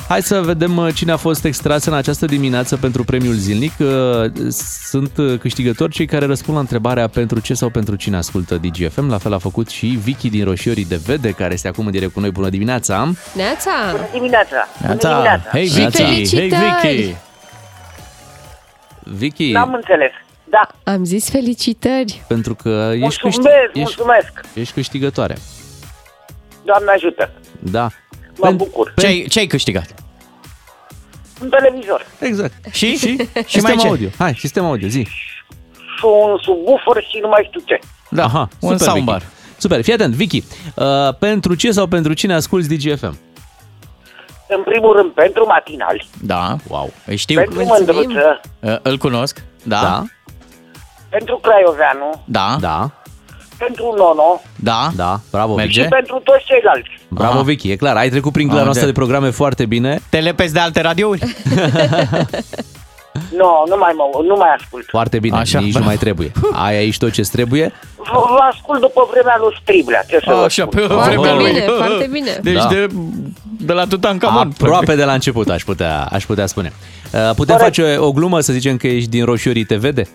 F: Hai să vedem uh, cine a fost extras în această dimineață pentru premiul zilnic. Uh, Sunt uh, câștigători cei care răspund la întrebarea pentru ce sau pentru cine ascultă DGFM. La fel a făcut și Vicky din Roșiorii de Vede, care este acum în direct cu noi. Bună dimineața!
H: Neața! Bună
O: dimineața!
F: Hei,
H: Și
F: Vicky!
H: felicitări!
F: Hei, Vicky! Vicky,
O: înțeles. Da.
H: Am zis felicitări.
F: pentru că ești,
O: Mulțumesc,
F: câștig- ești,
O: mulțumesc.
F: ești câștigătoare.
O: Doamne ajută.
F: Da.
O: Mă bucur.
G: Ce-ai, ce-ai câștigat?
O: Un televizor.
F: Exact.
G: Și?
F: Și?
G: Și mai
F: sistem
G: ce?
F: audio. Hai, sistem audio, zi.
O: Și un subwoofer și nu mai știu ce.
F: Da, Aha,
O: un
F: super,
O: soundbar.
F: Vicky. Super, fii atent, Vicky. Uh, pentru ce sau pentru cine asculti DGFM?
O: În primul rând, pentru matinali,
G: Da. Wow. Îi știu.
O: Pentru Mulțumim. Mândruță.
G: Uh, Îl cunosc. Da. Da.
O: pentru Craioveanu,
G: Da.
F: Da.
O: pentru Nono
G: Da.
F: Da, bravo,
O: și pentru toți ceilalți.
F: Bravo, Vicky, e clar. Ai trecut prin glera
G: Am
F: noastră de
G: înțeles.
F: programe foarte bine.
G: Te lepezi de alte radiouri?
O: Nu, no, nu mai, mă, nu mai ascult.
F: Foarte bine, Așa, nici nu mai trebuie. Ai aici tot ce trebuie.
O: V- Vă ascult după vremea lui Striblea, ce să vă
F: Așa,
O: spun.
F: pe Foarte vremea lui. bine,
H: foarte bine.
G: Deci de, de la Tutankamon.
F: Da. Aproape de la început, aș putea, aș putea spune. Uh, Putem face o glumă, să zicem că ești din Roșiorii te vede?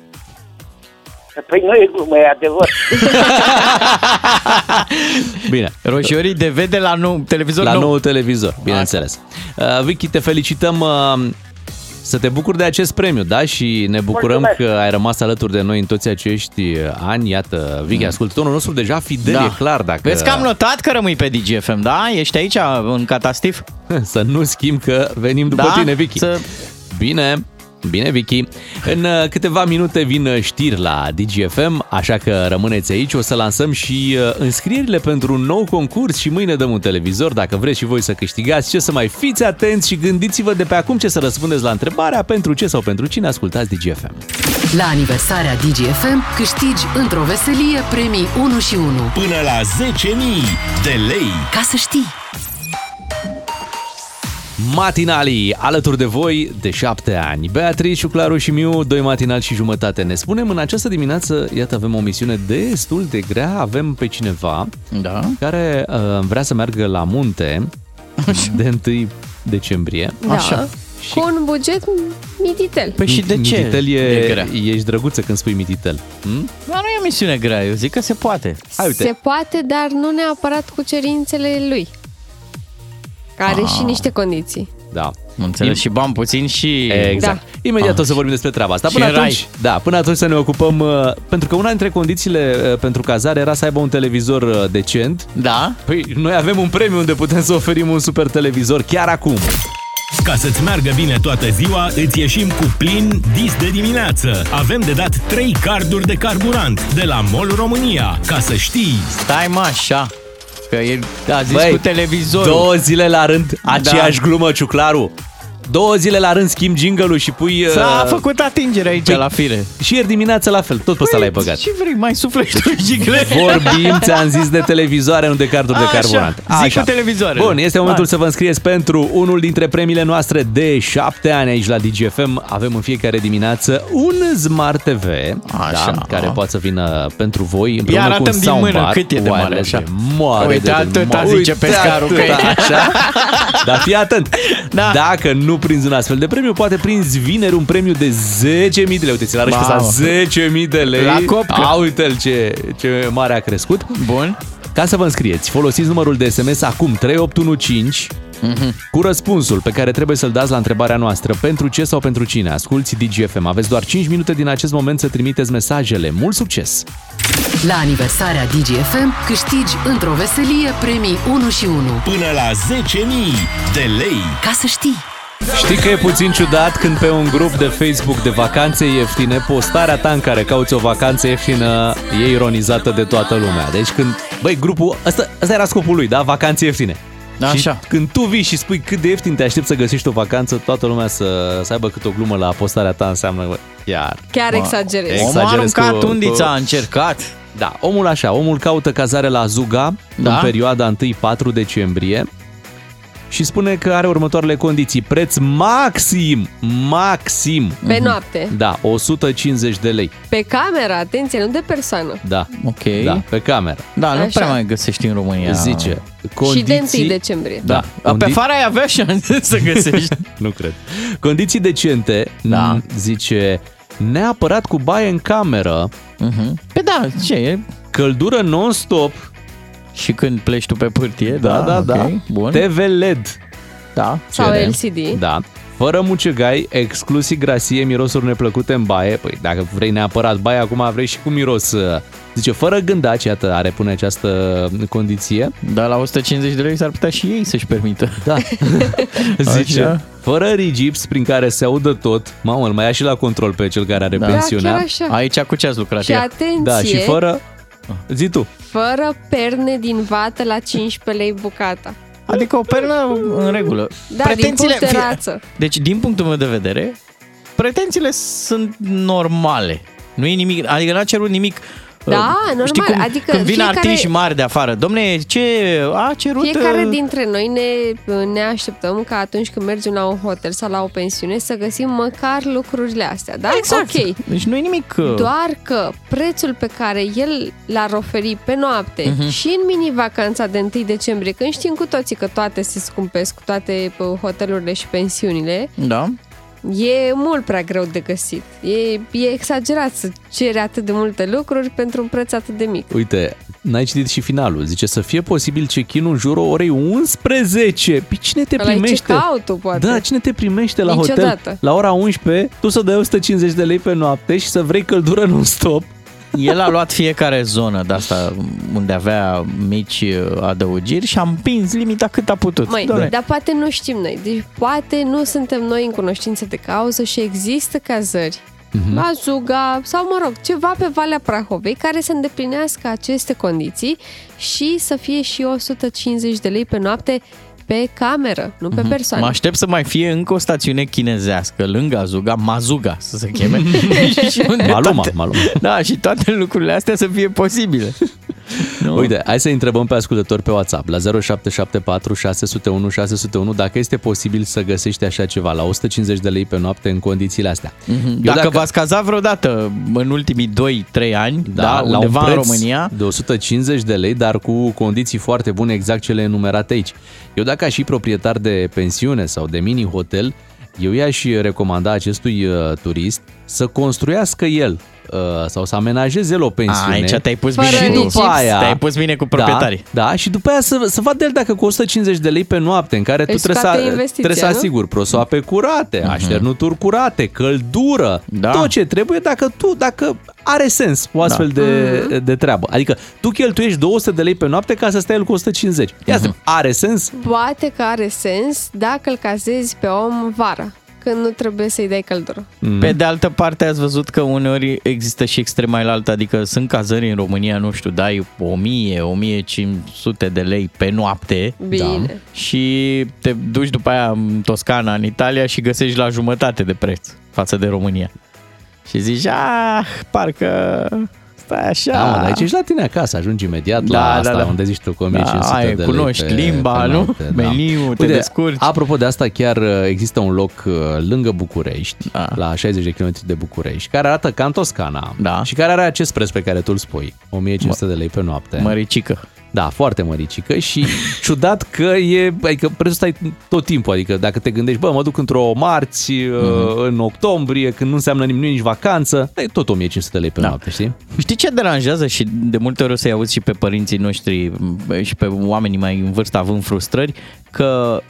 O: Păi nu e glumă, e adevăr.
F: Bine.
G: Roșiorii de vede la nou televizor
F: la
G: nou.
F: nou televizor, bineînțeles. Uh, Vicky, te felicităm uh, să te bucuri de acest premiu, da? Și ne bucurăm
G: Mulțumesc.
F: că ai rămas alături de noi în toți acești uh, ani. Iată, Vicky, ascultătorul nostru deja fidel,
G: Mm. Da.
F: e clar. Dacă...
G: Vezi că am notat că rămâi pe DGFM, da? Ești aici în catastif?
F: Să nu schimb că venim după
G: da?
F: tine, Vicky.
G: Să...
F: Bine, bine Vicky. În uh, câteva minute vin uh, știri la DGFM, așa că rămâneți aici. O să lansăm și uh, înscrierile pentru un nou concurs și mâine dăm un televizor. Dacă vreți și voi să câștigați, ce să mai fiți atenți și gândiți-vă de pe acum ce să răspundeți la întrebarea pentru ce sau pentru cine ascultați DGFM.
D: La aniversarea DGFM câștigi într-o veselie premii 1 și 1.
E: Până la 10.000 de lei.
D: Ca să știi!
F: Matinalii, alături de voi de șapte ani. Beatrice, Claru și Miu, doi matinali și jumătate. Ne spunem în această dimineață, iată, avem o misiune destul de grea. Avem pe cineva
G: da.
F: care uh, vrea să meargă la munte Așa. de 1 decembrie.
H: Da. Cu un buget mititel.
G: Păi
F: Mititel e,
G: E grea.
F: ești drăguță când spui mititel. Hm?
G: Dar nu e o misiune grea, eu zic că se poate.
F: Hai, uite.
H: Se poate, dar nu neapărat cu cerințele lui. Care
G: Ah.
H: și niște condiții.
F: Da.
G: Înțeles,
F: Im-
G: și bani puțin și...
F: Exact. Da. Imediat o să vorbim despre treaba asta.
G: Și
F: Până
G: în rai.
F: atunci, da, până atunci să ne ocupăm, uh, pentru că una dintre condițiile uh, pentru cazare era să aibă un televizor uh, decent.
G: Da.
F: Păi noi avem un premiu unde putem să oferim un super televizor chiar acum.
E: Ca să-ți meargă bine toată ziua, îți ieșim cu plin dis de dimineață. Avem de dat 3 carduri de carburant de la MOL România. Ca să știi...
G: Stai mă așa, că e, a zis
F: Da, Băi,
G: cu televizorul.
F: Două zile la rând, aceeași
G: Da.
F: glumă, Ciuclaru. Două zile la rând schimb jingle și pui... uh,
G: S-a făcut atingere aici
F: păi,
G: la fire. Păi,
F: Și ieri dimineața la fel, tot pe ăsta l-ai băgat.
G: Ce vrei, mai suflești tu jigle?
F: Deci, Vorbim, ți-am zis, de televizoare, nu de carduri de
G: Așa,
F: carburant.
G: zi cu televizoarele.
F: Bun, este momentul
G: Hai.
F: să vă înscrieți pentru unul dintre premiile noastre de șapte ani aici la DGFM. Avem în fiecare dimineață un Smart TV,
G: Așa.
F: da, care poate să vină pentru voi împreună
G: Ia
F: cu un
G: arătăm din
F: soundbar.
G: mână cât e de mare
F: wireless
G: așa.
F: de Moare
G: Uite,
F: de
G: atât
F: mare.
G: zice
F: Uite
G: pescarul că e.
F: atâta, așa. Dar fii atent. Da. Dacă nu prinzi un astfel de premiu, poate prinzi vineri un premiu de 10.000 de lei. Uite, ți l-arăși pe ăsta,
G: Mamă.
F: 10.000 de lei.
G: La copcă.
F: A, uite-l ce, ce mare a crescut.
G: Bun.
F: Ca să vă înscrieți, folosiți numărul de SMS acum 3815
G: Mhm.
F: cu răspunsul pe care trebuie să-l dați la întrebarea noastră pentru ce sau pentru cine. Asculți DGFM. Aveți doar 5 minute din acest moment să trimiteți mesajele. Mult succes!
D: La aniversarea DGFM câștigi într-o veselie premii 1 și 1.
E: Până la 10.000 de lei.
D: Ca să știi!
F: Știi că e puțin ciudat când pe un grup de Facebook de vacanțe ieftine, postarea ta în care cauți o vacanță ieftină e ironizată de toată lumea. Deci când, băi, grupul, ăsta, ăsta era scopul lui, da? Vacanțe ieftine.
G: Da, Așa.
F: Și când tu vii și spui cât de ieftin te aștepți să găsești o vacanță, toată lumea să, să aibă cât o glumă la postarea ta înseamnă, bă, iar.
H: Chiar exagerezi.
G: Omul a aruncat undița, a
F: încercat. Da, omul așa, omul caută cazare la Zuga
G: Da.
F: în perioada 1-4 decembrie. și spune că are următoarele condiții. Preț maxim, maxim.
H: Pe noapte.
F: Da, 150 de lei.
H: Pe cameră, atenție, nu de persoană.
F: Da. Ok. Da, pe cameră.
G: Da, nu
H: Așa.
G: prea mai găsești în România.
F: Zice,
H: Și de 1 decembrie.
F: Da.
G: Pe
F: Condi-
G: afară ai avea șanse să găsești.
F: nu cred. Condiții decente, da. zice, neapărat cu baie în cameră.
G: Uh-huh. Pe da, ce e?
F: Căldură non-stop.
G: Și când pleci tu pe pârtie, da,
F: da, da. da.
G: ok, bun.
F: TV LED.
G: Da.
H: Sau LCD.
F: Da. Fără mucegai, exclusiv grasie, mirosuri neplăcute în baie. Păi dacă vrei neapărat baie, acum vrei și cu miros. uh, Zice, fără gândaci, iată, are pune această condiție.
G: Dar Da, la 150 de lei s-ar putea și ei să-și permită.
F: Da. Zice,
G: Așa.
F: fără rigips prin care se audă tot. Mamă, îl mai ia și la control pe cel care are
H: Da.
F: pensiunea.
H: Da, chiar așa.
G: Aici cu ce ați lucrat?
H: Și atenție.
F: Da, și fără... Zi tu.
H: Fără perne din vată la 15 lei bucata.
G: Adică o pernă în regulă.
H: Da, adică- din punct de rață.
G: Deci, din punctul meu de vedere, pretențiile sunt normale. Nu e nimic, adică n-a cerut nimic
H: Da,
G: uh,
H: normal,
G: știi cum,
H: adică
G: când vin
H: fiecare-
G: artiști mari de afară, domne, ce a cerut...
H: Fiecare
G: uh,
H: dintre noi ne, ne așteptăm ca atunci când mergem la un hotel sau la o pensiune să găsim măcar lucrurile astea, da?
G: Exact.
H: Ok.
G: Deci nu e nimic... uh,
H: Doar că prețul pe care el l-ar oferi pe noapte
G: Mhm.
H: uh-huh. și în mini-vacanța de 1 decembrie, când știm cu toții că toate se scumpesc, toate bă, hotelurile și pensiunile,
G: Da.
H: e mult prea greu de găsit. E, e exagerat să ceri atât de multe lucruri pentru un preț atât de mic.
F: Uite, n-ai citit și finalul. Zice să fie posibil check-in în jurul orei 11. Pe cine te
H: Ăla e
F: primește?
H: check-out-ul, poate.
F: Da, cine te primește la
H: Niciodată.
F: hotel? La ora 11, tu să dai 150 de lei pe noapte și să vrei căldură non-stop.
G: El a luat fiecare zonă de asta unde avea mici uh, adăugiri și a împins limita cât a putut.
H: Măi, da,
G: Doamne.
H: dar poate nu știm noi. Deci poate nu suntem noi în cunoștință de cauză și există cazări.
P: Mhm.
H: La Zuga sau, mă rog, ceva pe Valea Prahovei care să îndeplinească aceste condiții și să fie și 150 de lei pe noapte pe cameră, nu pe
G: Mhm.
H: persoană.
G: Mă aștept să mai fie încă o stațiune chinezească, lângă Azuga, Mazuga să se cheme. și unde
F: Maluma,
G: toate,
F: Maluma.
G: Da, și toate lucrurile astea să fie posibile.
F: Nu. Uite, hai să întrebăm pe ascultători pe WhatsApp la 0774 601 601 dacă este posibil să găsești așa ceva la 150 de lei pe noapte în condițiile astea.
G: Mhm. Dacă, dacă v-ați cazat vreodată în ultimii 2-3 ani, da, da
F: la
G: undeva
F: un preț
G: în România,
F: de 150 de lei, dar cu condiții foarte bune, exact cele enumerate aici. Eu dacă aș fi proprietar de pensiune sau de mini-hotel, eu i-aș recomanda acestui uh, turist să construiască el uh, sau să amenajeze el o pensiune.
G: Aici te-ai pus Fără bine
F: și
G: cu-
F: după aia,
G: te-ai pus bine cu proprietarii.
F: Da, da, și după aia să, să vadă el dacă cu 150 de lei pe noapte, în care tu
G: Își
F: trebuie
G: scoate
F: să,
G: investiția,
F: trebuie să
G: nu?
F: asiguri prosoape curate, uh-huh. așternuturi curate, căldură, da. tot ce trebuie dacă tu, dacă are sens o astfel da.
G: Mhm.
F: de, de treabă. Adică tu cheltuiești 200 de lei pe noapte ca să stai el cu 150. Ia uh-huh. are sens?
H: Poate că are sens dacă îl cazezi pe om vara, când nu trebuie să-i dai căldură.
F: Mm.
G: Pe de altă parte, ați văzut că uneori există și extrema la alta, adică sunt cazări în România, nu știu, dai 1000, 1500 de lei pe noapte
H: Bine. Da.
G: și te duci după aia în Toscana, în Italia și găsești la jumătate de preț față de România. Și zici, ah, parcă stai așa.
F: Da, mă, dar aici ești la tine acasă, ajungi imediat
G: Da,
F: la
G: da,
F: asta
G: da.
F: unde zici tu
G: Da,
F: cu 1500
G: ai,
F: de lei
G: cunoști
F: pe,
G: limba,
F: pe
G: nu?
F: noapte, da.
G: Meniul, te descurci.
F: Apropo de asta, chiar uh, există un loc uh, lângă București, da. la 60 de km de București, care arată ca în Toscana da. și care are acest preț pe care tu îl spui, 1500 de lei pe noapte.
G: Măricică.
F: Da, foarte măricică și ciudat că e, adică prețul stai tot timpul, adică dacă te gândești, bă, mă duc într-o marți, mm-hmm.
G: Mhm.
F: în octombrie, când nu înseamnă nimic, nu e nici vacanță, dai tot 1500 de lei pe da. noapte, știi?
G: Știi ce deranjează și de multe ori o să-i auzi și pe părinții noștri m, și pe oamenii mai în vârstă având frustrări, că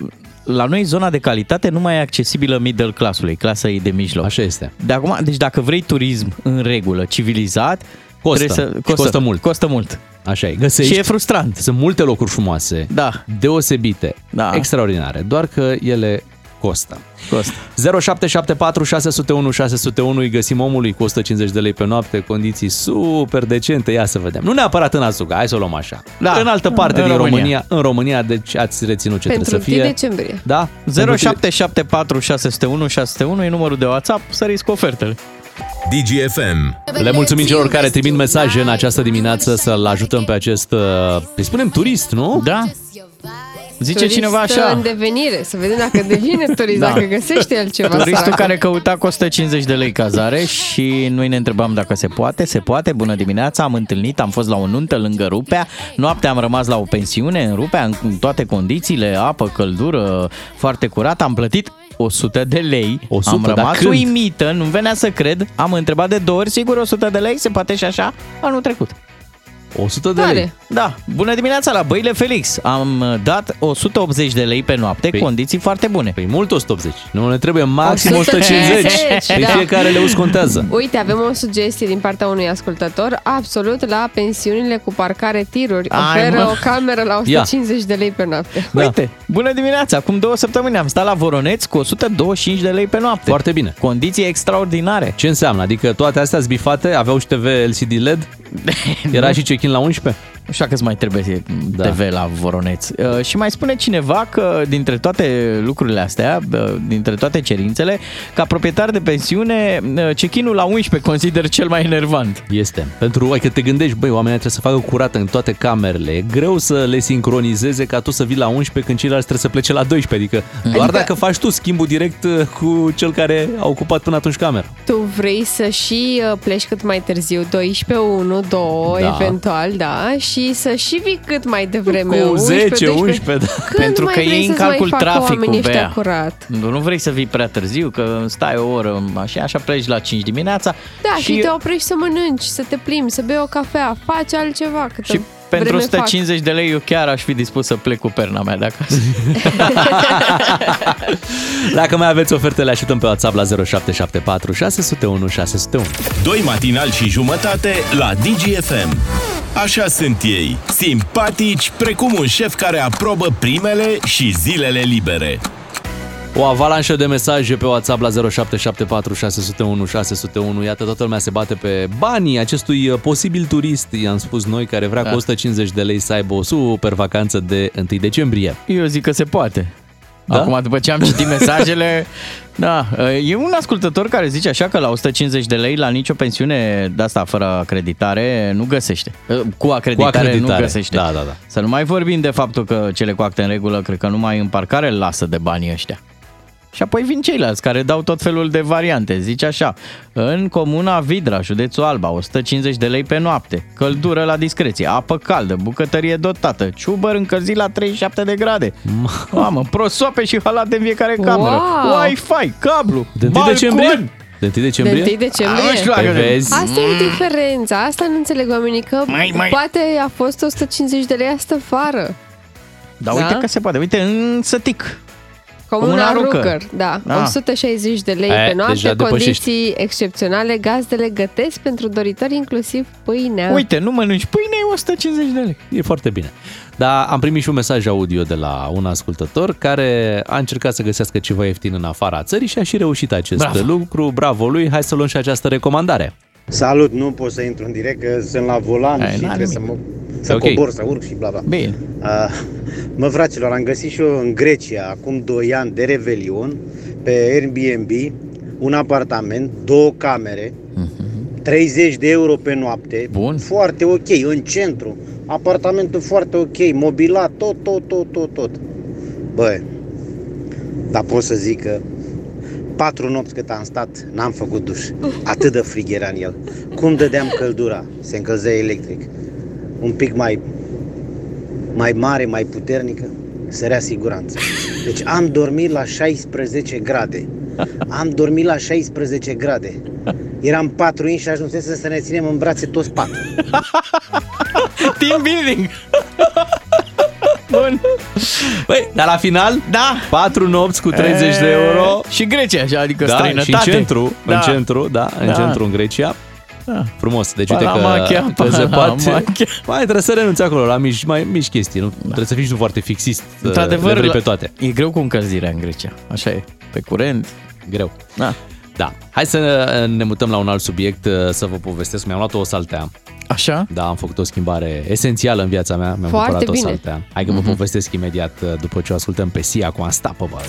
G: la noi zona de calitate nu mai e accesibilă middle classului, clasa e de mijloc.
F: Așa este.
G: De acum, deci dacă vrei turism în regulă, civilizat,
F: Costă.
G: trebuie să,
F: Și costă mult.
G: Costă mult.
F: Așa e, găsești.
G: Și e frustrant.
F: Sunt multe locuri frumoase,
G: da.
F: deosebite, da. extraordinare, doar că ele costă.
G: Costă.
F: 0774 601 601 îi găsim omului cu 150 de lei pe noapte, condiții super decente, ia să vedem. Nu neapărat în Azuga, hai să o luăm așa.
G: Da.
F: În altă parte
G: În
F: din
G: România.
F: România. în România, deci ați reținut ce
H: pentru 1
F: trebuie să fie.
H: decembrie.
F: Da?
G: 0774 601 601 e numărul de WhatsApp, să risc ofertele.
F: DGFM. Le mulțumim celor care trimit mesaje în această dimineață să-l ajutăm pe acest, uh, îi spunem turist, nu?
G: Da. Zice
H: turist
G: cineva așa.
H: în devenire, să vedem dacă devine turist,
G: Da.
H: dacă găsește el ceva.
G: Turistul
H: săracul.
G: care căuta cu 150 de lei cazare și noi ne întrebam dacă se poate. Se poate, bună dimineața, am întâlnit, am fost la o nuntă lângă Rupea, noaptea am rămas la o pensiune în Rupea, în toate condițiile, apă, căldură, foarte curat, am plătit 100 de lei,
F: 100,
G: am
F: dar
G: rămas
F: când?
G: uimită, nu venea să cred, am întrebat de două ori, sigur 100 de lei, se poate și așa, anul trecut.
F: 100
H: de Tare. lei.
G: Da. Bună dimineața la Băile Felix. Am uh, dat 180 de lei pe noapte, păi, condiții foarte bune.
F: Păi mult 180. Nu, ne trebuie maxim
H: 150,
F: 150. Pe
H: da.
F: fiecare leu contează.
H: Uite, avem o sugestie din partea unui ascultător. Absolut, la pensiunile cu parcare tiruri
G: Ai,
H: oferă
G: mă.
H: o cameră la
G: Ia.
H: 150 de lei pe noapte.
G: Da. Uite, bună dimineața! Acum două săptămâni am stat la Voroneț cu 125 de lei pe noapte.
F: Foarte bine.
G: Condiții extraordinare.
F: Ce înseamnă? Adică toate astea zbifate, aveau și TV LCD LED? Era și check-in la 11?
G: Așa că îți mai trebuie da. TV la Voroneț. Uh, și mai spune cineva că dintre toate lucrurile astea, uh, dintre toate cerințele, ca proprietar de pensiune, uh, check-in-ul la 11 consider cel mai enervant.
F: Este. Pentru că te gândești, băi, oamenii trebuie să facă curat în toate camerele. E greu să le sincronizeze ca tu să vii la 11 când ceilalți trebuie să plece la 12. Adică, adică doar
H: Adică-
F: dacă faci tu schimbul direct uh, cu cel care a ocupat până atunci camera.
H: Tu vrei să și uh, pleci cât mai târziu, 12, 1, 2,
F: Da.
H: eventual, da, și să și vii cât mai devreme,
G: Cu
H: 11,
G: 10, 11, da.
H: Când
G: Pentru
H: mai
G: că
H: vrei
G: iei în
H: să-ți mai
G: calcul
H: facă
G: traficul,
H: oamenii ăștia
G: Bea.
H: curat.
G: Nu, nu vrei să vii prea târziu, că stai o oră așa, așa pleci la 5 dimineața.
H: Da, și, și te oprești să mănânci, să te plimbi, să bei o cafea, faci altceva. Câtă
G: Și pentru
H: vreme fac.
G: 150 de lei eu chiar aș fi dispus să plec cu perna mea de acasă.
F: Dacă mai aveți oferte, le așteptăm pe WhatsApp la 0774 601 601.
E: Doi matinal și jumătate la DGFM. Așa sunt ei, simpatici, precum un șef care aprobă primele și zilele libere.
F: O avalanșă de mesaje pe WhatsApp la 0774 601 601. Iată, toată lumea se bate pe banii acestui uh, posibil turist, i-am spus noi, care vrea
G: Da.
F: cu 150 de lei să aibă o super vacanță de 1 decembrie.
G: Eu zic că se poate.
F: Da?
G: Acum, după ce am citit mesajele, da, e un ascultător care zice așa că la 150 de lei, la nicio pensiune de asta fără acreditare, nu găsește. Cu acreditare,
F: Cu acreditare,
G: nu găsește.
F: da, da, da.
G: Să nu mai vorbim de faptul că cele cu acte în regulă, cred că numai în parcare îl lasă de banii ăștia. Și apoi vin ceilalți care dau tot felul de variante. Zice așa, în comuna Vidra, județul Alba, 150 de lei pe noapte, căldură la discreție, apă caldă, bucătărie dotată, ciubăr încălzit la 37 de grade. Mamă, prosoape și halate în fiecare cameră,
H: Wow!
G: Wi-Fi, cablu,
F: De 1
G: balcon. Ah,
F: decembrie? De 1 decembrie?
H: De 1 decembrie?
F: A, nu știu dacă... vezi?
H: Asta
G: Mm.
H: e diferența, asta nu înțeleg oamenii, că
G: Mai, mai.
H: poate a fost 150 de lei asta afară.
G: Dar uite
H: Da?
G: că se poate, uite, în sătic.
H: Comuna
G: Comuna Rucăr.
H: Rucăr, da,
F: Ah.
G: Da.
H: 160 de lei
G: E,
H: pe noapte,
G: deja depășești.
H: condiții excepționale, gazdele gătesc pentru doritori inclusiv pâinea.
G: Uite, nu mănânci Păi, pâine, e 150 de lei.
F: E foarte bine. Dar am primit și un mesaj audio de la un ascultător care a încercat să găsească ceva ieftin în afara țării și a și reușit acest
P: Bravo.
F: lucru. Bravo lui, hai să luăm și această recomandare.
P: Salut, nu pot să intru în direct că sunt la volan
F: Hai,
P: și
F: n-are
P: trebuie să, mă, să
F: Ok.
P: cobor, să urc și bla bla.
G: Bine.
P: Uh, mă, fraților, am găsit și eu în Grecia, acum 2 ani de Revelion, pe Airbnb, un apartament, două camere, 30 de euro pe noapte.
G: Bun.
P: Foarte ok, în centru. Apartamentul foarte ok, mobilat, tot, tot, tot, tot, tot. Bă, dar pot să zic că patru nopți cât am stat, n-am făcut duș. Atât de frig era în el. Cum dădeam căldura? Se încălzea electric. Un pic mai, mai mare, mai puternică, sărea siguranță. Deci am dormit la 16 grade. Am dormit la 16 grade. Eram patru inși și ajunsese să ne ținem în brațe toți patru.
G: Team building! Bun.
F: Băi, Păi, dar la final,
G: da.
F: 4 nopți cu 30 de euro.
G: Și Grecia, așa, adică
F: da,
G: străinătate.
F: și în centru, da. în
G: Da.
F: centru, da, în
G: Da.
F: centru, în Grecia.
G: Da.
F: Frumos, deci uite că,
G: Palamachia,
F: că se poate.
G: Palamachia.
F: Mai trebuie să renunți acolo la mici, mai mici chestii, nu? Da. Trebuie să fii și tu foarte fixist,
G: Într-adevăr,
F: le vrei
G: la-
F: pe toate.
G: E greu cu încălzirea în Grecia. Așa e. Pe curent.
F: Greu.
G: Da.
F: Da. Hai să ne mutăm la un alt subiect, uh, să vă povestesc. Mi-am luat o saltea.
G: Așa?
F: Da, am făcut o schimbare esențială în viața mea. Mi-am
D: Foarte
F: cumpărat o
D: bine.
F: saltea. Hai că vă
D: Mhm.
F: povestesc imediat uh, după ce o ascultăm pe Sia cu Unstoppable.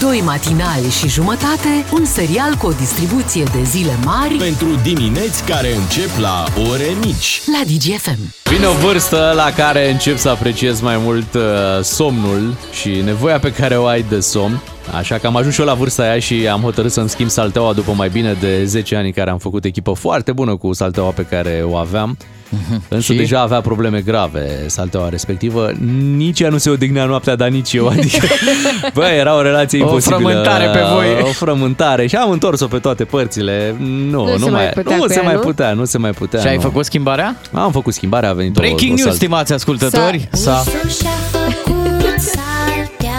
D: Doi matinali și jumătate, un serial cu o distribuție de zile mari
E: Pentru dimineți care încep la ore mici.
D: la DGFM.
F: Vine o vârstă la care încep să apreciez mai mult uh, somnul și nevoia pe care o ai de somn. Așa că am ajuns și eu la vârsta aia și am hotărât să-mi schimb salteaua după mai bine de 10 ani în care am făcut echipă foarte bună cu salteaua pe care o aveam. Însă
G: Mhm. Și?
F: deja avea probleme grave salteaua respectivă. Nici ea nu se odihnea noaptea, dar nici eu. Adică, bă, era o relație
G: O
F: imposibilă.
G: frământare pe voi.
F: O frământare. Și am întors-o pe toate părțile.
G: Nu
F: Nu, nu,
G: se mai putea
F: nu
G: cu
F: se
G: ea,
F: mai
G: nu?
F: putea, nu se mai putea.
G: Și ai
F: nu.
G: făcut schimbarea?
F: Am făcut schimbarea, a venit o-
G: Breaking
F: o
G: news,
F: salt-
G: stimați ascultători. S-a...
K: și-a făcut saltea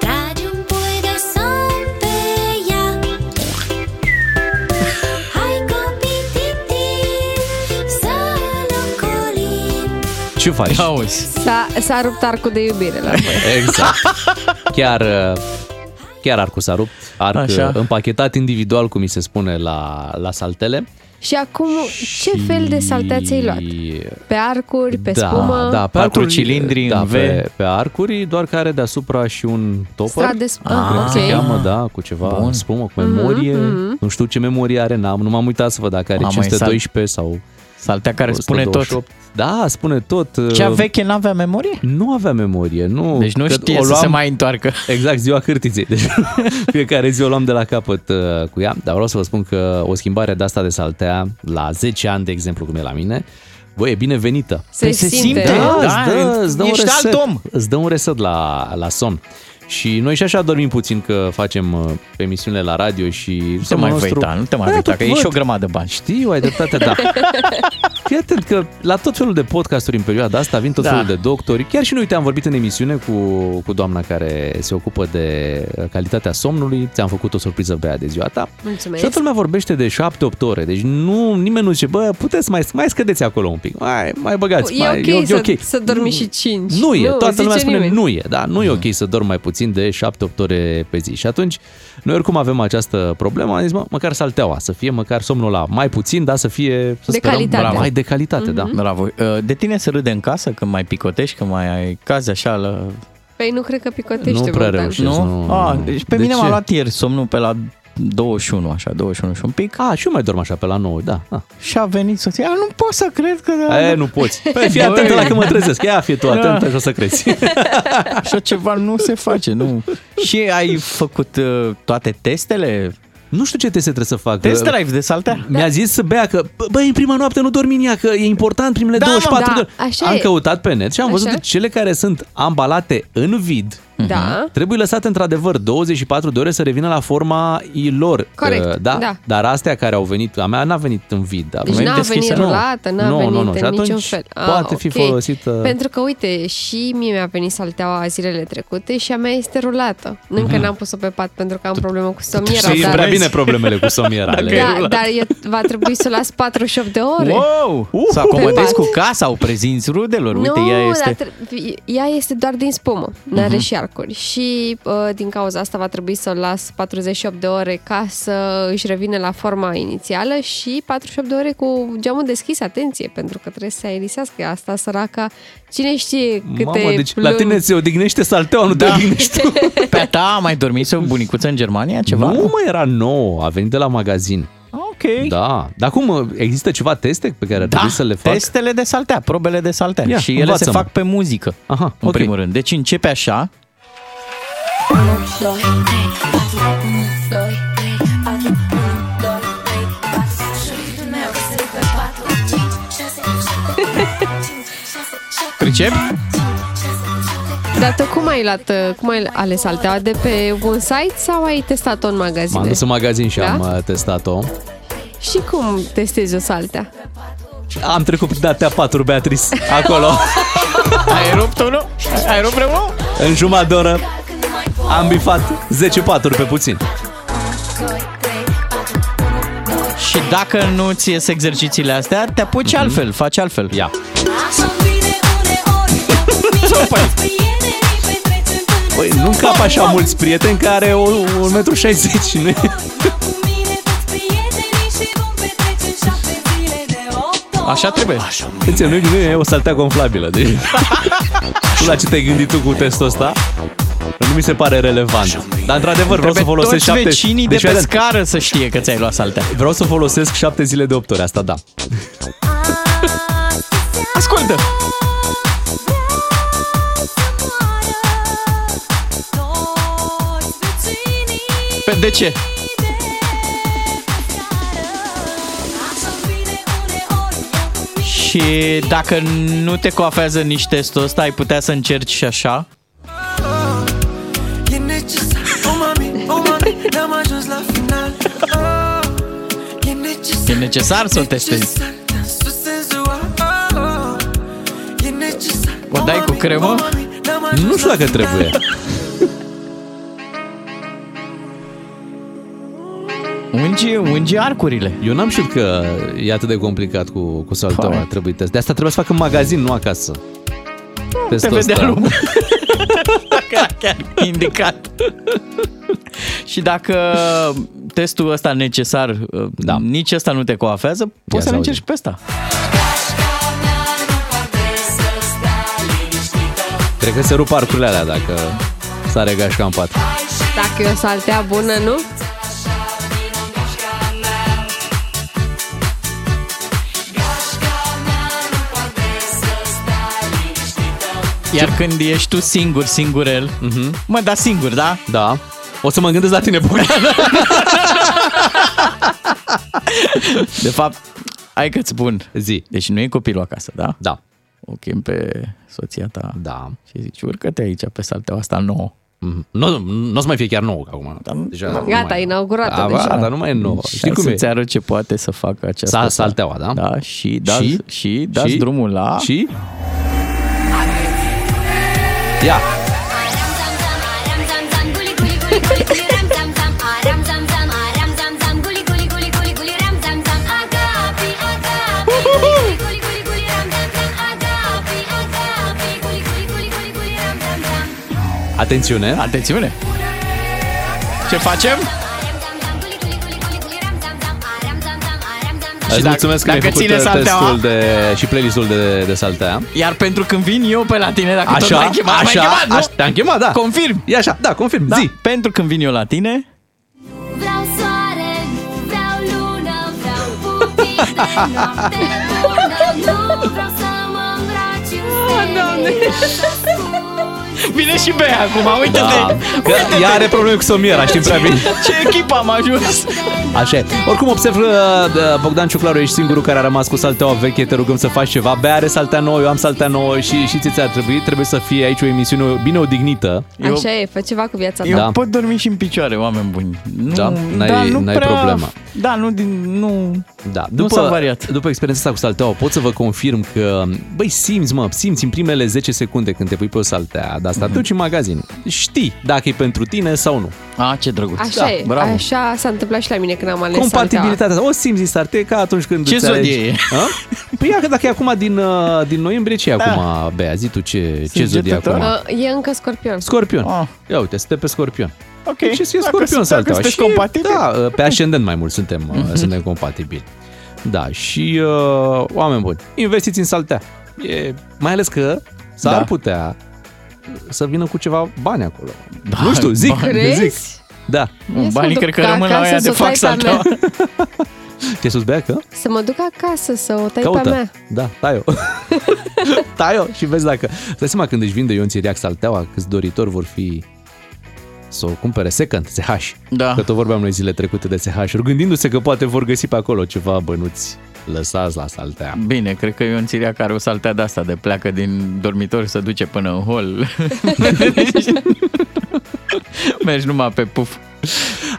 K: Trage un pui de somn pe ea Hai copii, tip-tip, să locolim
F: Ce faci?
G: Auzi.
H: S-a, s-a rupt arcul de iubire la voi.
F: Exact. Chiar, uh, chiar arcul s-a rupt. Arc
G: Așa.
F: Așa. împachetat individual, cum mi se spune la, la saltele.
H: Și acum, ce fel de saltea ți-ai luat? Pe arcuri, pe
F: da,
H: spumă?
F: da, pe
G: Patru
F: arcuri,
G: cilindri
F: da,
G: în V.
F: Pe, pe arcuri, doar că are deasupra și un topper.
H: Strat de sp- ah,
F: cred că se
H: ok.
F: cheamă, da, cu ceva
G: Bun.
F: Bun. spumă, cu
G: Mhm,
F: memorie.
G: mhm.
F: Nu știu ce memorie are, n-am, nu m-am uitat să văd dacă are
G: Mamă, e sal-
F: 512 sau...
G: Saltea care spune tot.
F: Da, spune tot. uh,
G: Cea veche n-avea memorie?
F: Nu avea memorie, nu.
G: Deci nu
F: Că
G: știe
F: o
G: să
F: luam-
G: se mai întoarcă.
F: Exact, ziua cârtiței. Deci fiecare zi o luam de la capăt uh, cu ea. Dar vreau să vă spun că o schimbare de asta de saltea, la 10 ani, de exemplu, cum e la mine, băi, e binevenită.
G: Se Păi se simte. simte,
F: Da,
G: da,
F: îți dă, îți dă un
G: ești
F: reset,
G: alt om.
F: Îți dă un reset la, la somn. Și noi și așa dormim puțin că facem uh, emisiunile la radio și... Nu
G: mai văita, nu te mai văita, că ești o grămadă de bani.
F: Știu, ai dreptate, da. Fii atent că la tot felul de podcasturi în perioada asta vin tot
G: Da.
F: da. felul de doctori. Chiar și noi te-am vorbit în emisiune cu, cu doamna care se ocupă de uh, calitatea somnului. Ți-am făcut o surpriză pe ea de ziua ta.
H: Mulțumesc.
F: Și toată lumea vorbește de 7-8 ore, deci nu, nimeni nu zice, bă, puteți mai, mai scădeți acolo un pic, mai, mai băgați.
H: E
F: mai,
H: ok, să,
F: ok.
H: să dormi și 5.
F: Nu e, toată
H: zice
F: lumea spune
H: nimeni. Mm.
F: nu e, da, nu e ok să dorm mai puțin de 7-8 ore pe zi. Și atunci, noi oricum avem această problemă, am zis, mă, măcar salteaua, să fie măcar somnul la mai puțin,
G: da,
F: dar să fie, să
G: De
F: sperăm,
G: calitate. Mhm.
F: bravo, mai de calitate, da.
G: Bravo. Uh, De tine se râde în casă când mai picotești, când mai ai cazi așa la...
H: Păi nu cred că picotește, Bogdan.
G: Nu? A, deci pe
H: De
G: mine
H: ce?
G: m-a luat ieri somnul pe la 21, așa, 21 și un pic.
F: A, Ah, și eu mai dorm așa pe la 9, da.
G: Și a venit soția, nu pot să cred că...
F: E, nu poți. Păi fii atentă la când mă trezesc. Ia fii tu atentă și o să crezi.
G: Așa ceva nu se face, nu. Și ai făcut uh, toate testele?
F: Nu știu ce teste trebuie să fac.
G: Test drive de saltea?
F: Uh,
H: Da.
F: Mi-a zis să bea că, bă, băi, în prima noapte nu dormi în ea, că e important primele
G: Da, mă, da,
F: 24 de ore.
G: așa
F: Am
G: e.
F: căutat pe net și am văzut
G: Așa.
F: că cele care sunt ambalate în vid,
G: Hmm.
H: Da.
F: Trebuie lăsate într-adevăr 24 de ore să revină la forma lor.
H: Corect,
F: Uh, da?
H: da.
F: Dar astea care au venit, a mea n-a venit în vid. a
H: Deci n-a venit
F: Nu.
H: rulată, n-a
F: nu,
H: venit
F: nu, nu. Și
H: în
F: atunci
H: niciun fel. Ah,
F: poate fi
H: ok.
F: folosită...
H: Pentru că, uite, și mie mi-a venit salteaua zilele trecute și a mea este rulată. Nu Încă
F: Mhm.
H: n-am pus-o pe pat pentru că am problemă cu somniera.
F: Știi
H: dar-
F: prea bine problemele cu somnierale.
H: Da, dar eu, va trebui să o las 48 de ore.
G: Wow! Să
F: Uh!
H: Pe
G: acomodezi
H: pat.
G: cu casa, o prezinți
F: Păi,
G: rudelor. Uite,
H: nu,
G: ea este...
H: dar tre- ea este doar din spumă, nu are
G: Mhm.
H: și arcuri. Și uh, din cauza asta va trebui să o las 48 de ore ca să își revină la forma inițială și 48 de ore cu geamul deschis, atenție, pentru că trebuie să se aerisească Ea asta, săraca. Cine știe câte
F: Mamă, deci la
H: luni-
F: tine se odignește salteaua, nu te
G: Da.
F: odihnești.
G: Pe a ta a mai dormit o bunicuță în Germania, ceva? Ah,
F: Nu mai era nouă, a venit de la magazin.
G: Ok.
F: Da. Dar cum, există ceva teste pe care ar
G: Da,
F: trebui să le fac?
G: testele de saltea, probele de saltea.
F: Ia,
G: și ele
F: învață-mă.
G: se fac pe muzică, Aha, în
F: ok.
G: primul rând. Deci începe așa. Pricep?
H: Dar tu cum ai, luat, uh, cum ai ales altea? De pe un site sau ai testat-o în magazine?
F: M-am dus în magazin și
H: Da?
F: am uh, testat-o.
H: Și cum testezi o saltea?
F: Am trecut prin datea 4, Beatrice, acolo.
G: Ai rupt unul? Ai rupt vreunul?
F: În jumătate de oră am bifat 10 paturi pe puțin.
G: Și dacă nu ți ies exercițiile astea, te apuci altfel, faci altfel.
F: Mhm. Ia.
K: Așa vine uneori, ea cu mine,
G: Super!
K: prietenii petrecem în
F: Păi nu cap așa mulți prieteni care o 1,60 m și nu e... Așa trebuie. Înțeleg, nu, e- nu e o saltea gonflabilă. Deci... nu la ce te-ai gândit tu cu testul ăsta? Nu mi se pare relevant. Dar într-adevăr vreau să
G: Trebuie
F: folosesc
G: toți
F: șapte...
G: vecinii de
F: Deci,
G: pe
F: fii atent.
G: scară să știe că ți-ai luat saltea.
F: Vreau să folosesc șapte zile de opt ori, asta da.
G: Ascultă!
F: Pe de ce?
G: Și dacă nu te coafează nici testul ăsta, ai putea să încerci și așa?
Q: E necesar Oh mami, oh mami, n-am ajuns la final oh, E necesar,
G: E necesar să o testezi.
Q: dansul senzual oh, oh, E necesar, Oh,
G: O dai cu cremă?
Q: n-am
F: Nu știu dacă trebuie.
G: Unge, unge arcurile.
F: Eu n-am știut că e atât de complicat cu, cu salteaua. Trebuie test. De asta trebuie să fac în magazin, nu acasă. Testul
G: te vedea
F: ăsta.
G: lumea. Dacă era chiar indicat. și dacă testul ăsta necesar, da. nici ăsta nu te coafează,
F: să
G: poți să-l
F: auzim.
G: încerci pe ăsta.
F: Cred că se rup arcurile alea dacă sare gașca în pat.
H: Dacă e o saltea bună, nu?
G: Iar când ești tu singur, singurel, uh-huh. mă, da singur, da?
F: Mhm. Da. O să mă gândesc la tine, Bogdan.
G: De fapt, hai că-ți spun. Zi. Deci nu e copilul acasă, da? Da. O chem pe soția ta. Da. Și zici, urcă-te aici pe salteaua asta nouă.
F: Mhm. Nu, nu o să mai fie chiar nouă acum.
G: Da.
F: Deja, nu
H: Gata,
F: mai-
H: inaugurată
F: Da,
H: deja.
F: ba, dar nu mai e nouă. Știi cum e?
G: Să-ți arăt ce poate să facă aceasta.
F: Sa- salteaua, da?
G: Da, și dați, și?
F: Și?
G: Și dați
F: Și?
G: drumul la...
F: Și? Ia!
K: Ah, Ah, Ah,
F: Atențiune!
G: Atențiune! Ce facem?
F: Îți
G: dacă-
F: mulțumesc că
G: dacă
F: mi-ai făcut uh,
G: ține salteaua-
F: testul de, și playlistul de, de saltea.
G: Iar pentru când vin eu pe la tine, dacă tot
F: Așa,
G: m-ai chemat, m-ai
F: așa,
G: chemat, nu?
F: așa, te-am chemat, da.
G: Confirm.
F: E așa, da, confirm,
G: da. zi. Pentru când vin eu la tine,
R: Ah,
G: Vine și Bea acum, uite-te!
F: Da. Că
G: Uite-te!
F: ea are probleme cu somiera, știm prea bine.
G: Ce echipă am ajuns!
F: Așa e. Oricum observ, uh, uh, Bogdan Ciuclaru, ești singurul care a rămas cu salteaua veche, te rugăm să faci ceva. Bea are saltea nouă, eu am saltea nouă și, și ți ți-ar trebui. Trebuie să fie aici o emisiune bine odignită.
H: Așa e, fă ceva cu viața
F: Eu
H: ta.
G: pot dormi și în picioare, oameni buni. Nu,
F: Da, n-ai-
G: da, nu
F: n-ai
G: prea,
F: problemă.
G: Da, nu, din, nu,
F: Da.
G: Nu s-a
F: variat. după experiența asta cu salteaua, pot să vă confirm că, băi, simți, mă, simți în primele 10 secunde când te pui pe o saltea de asta, te duci în magazin. Știi dacă e pentru tine sau nu.
G: A, ce drăguț. Da,
H: Așa e, așa s-a întâmplat și la mine când am ales
F: Compatibilitatea asta. O simți din start, e ca atunci când
G: Ce
F: îți
G: zodie
F: alegi.
G: e?
F: A? Păi ia că dacă e acum din, uh, din noiembrie, ce e
H: Da.
F: acum, Bea? Zi tu ce, ce zodie e acum?
H: salteaua. Uh, E încă scorpion.
F: Scorpion. Ia uite, suntem pe scorpion.
G: Ah. Ok.
F: Deci e
G: Dacă-
F: scorpion
G: dacă
F: salteaua.
G: sunteți
F: Și,
G: compatibili.
F: Da, pe ascendent mai mult suntem, uh,
G: Mhm.
F: suntem compatibili. Da, și uh, oameni buni, investiți în saltea. E, mai ales că s-ar
G: Da.
F: putea să vină cu ceva bani acolo. nu știu, zic,
G: bani.
F: zic.
G: Crezi?
F: Da.
H: Ia să Banii mă duc cred că rămân la acasă aia de să fac tai saltea. pe-a
F: Te susbea că?
H: Să mă duc acasă să o tai pe
F: Caută.
H: a mea.
F: Da, tai-o. tai-o și vezi dacă... Îți dai seama când își vinde Ion Țiriac salteaua, câți doritori vor fi să o cumpere second, SH.
G: Da.
F: Că tot vorbeam noi zile trecute de SH, gândindu-se că poate vor găsi pe acolo ceva bănuți lăsați la saltea.
G: Bine, cred că e un țiriac care o saltea de asta, de pleacă din dormitor să duce până în hol. Mergi numai pe puf.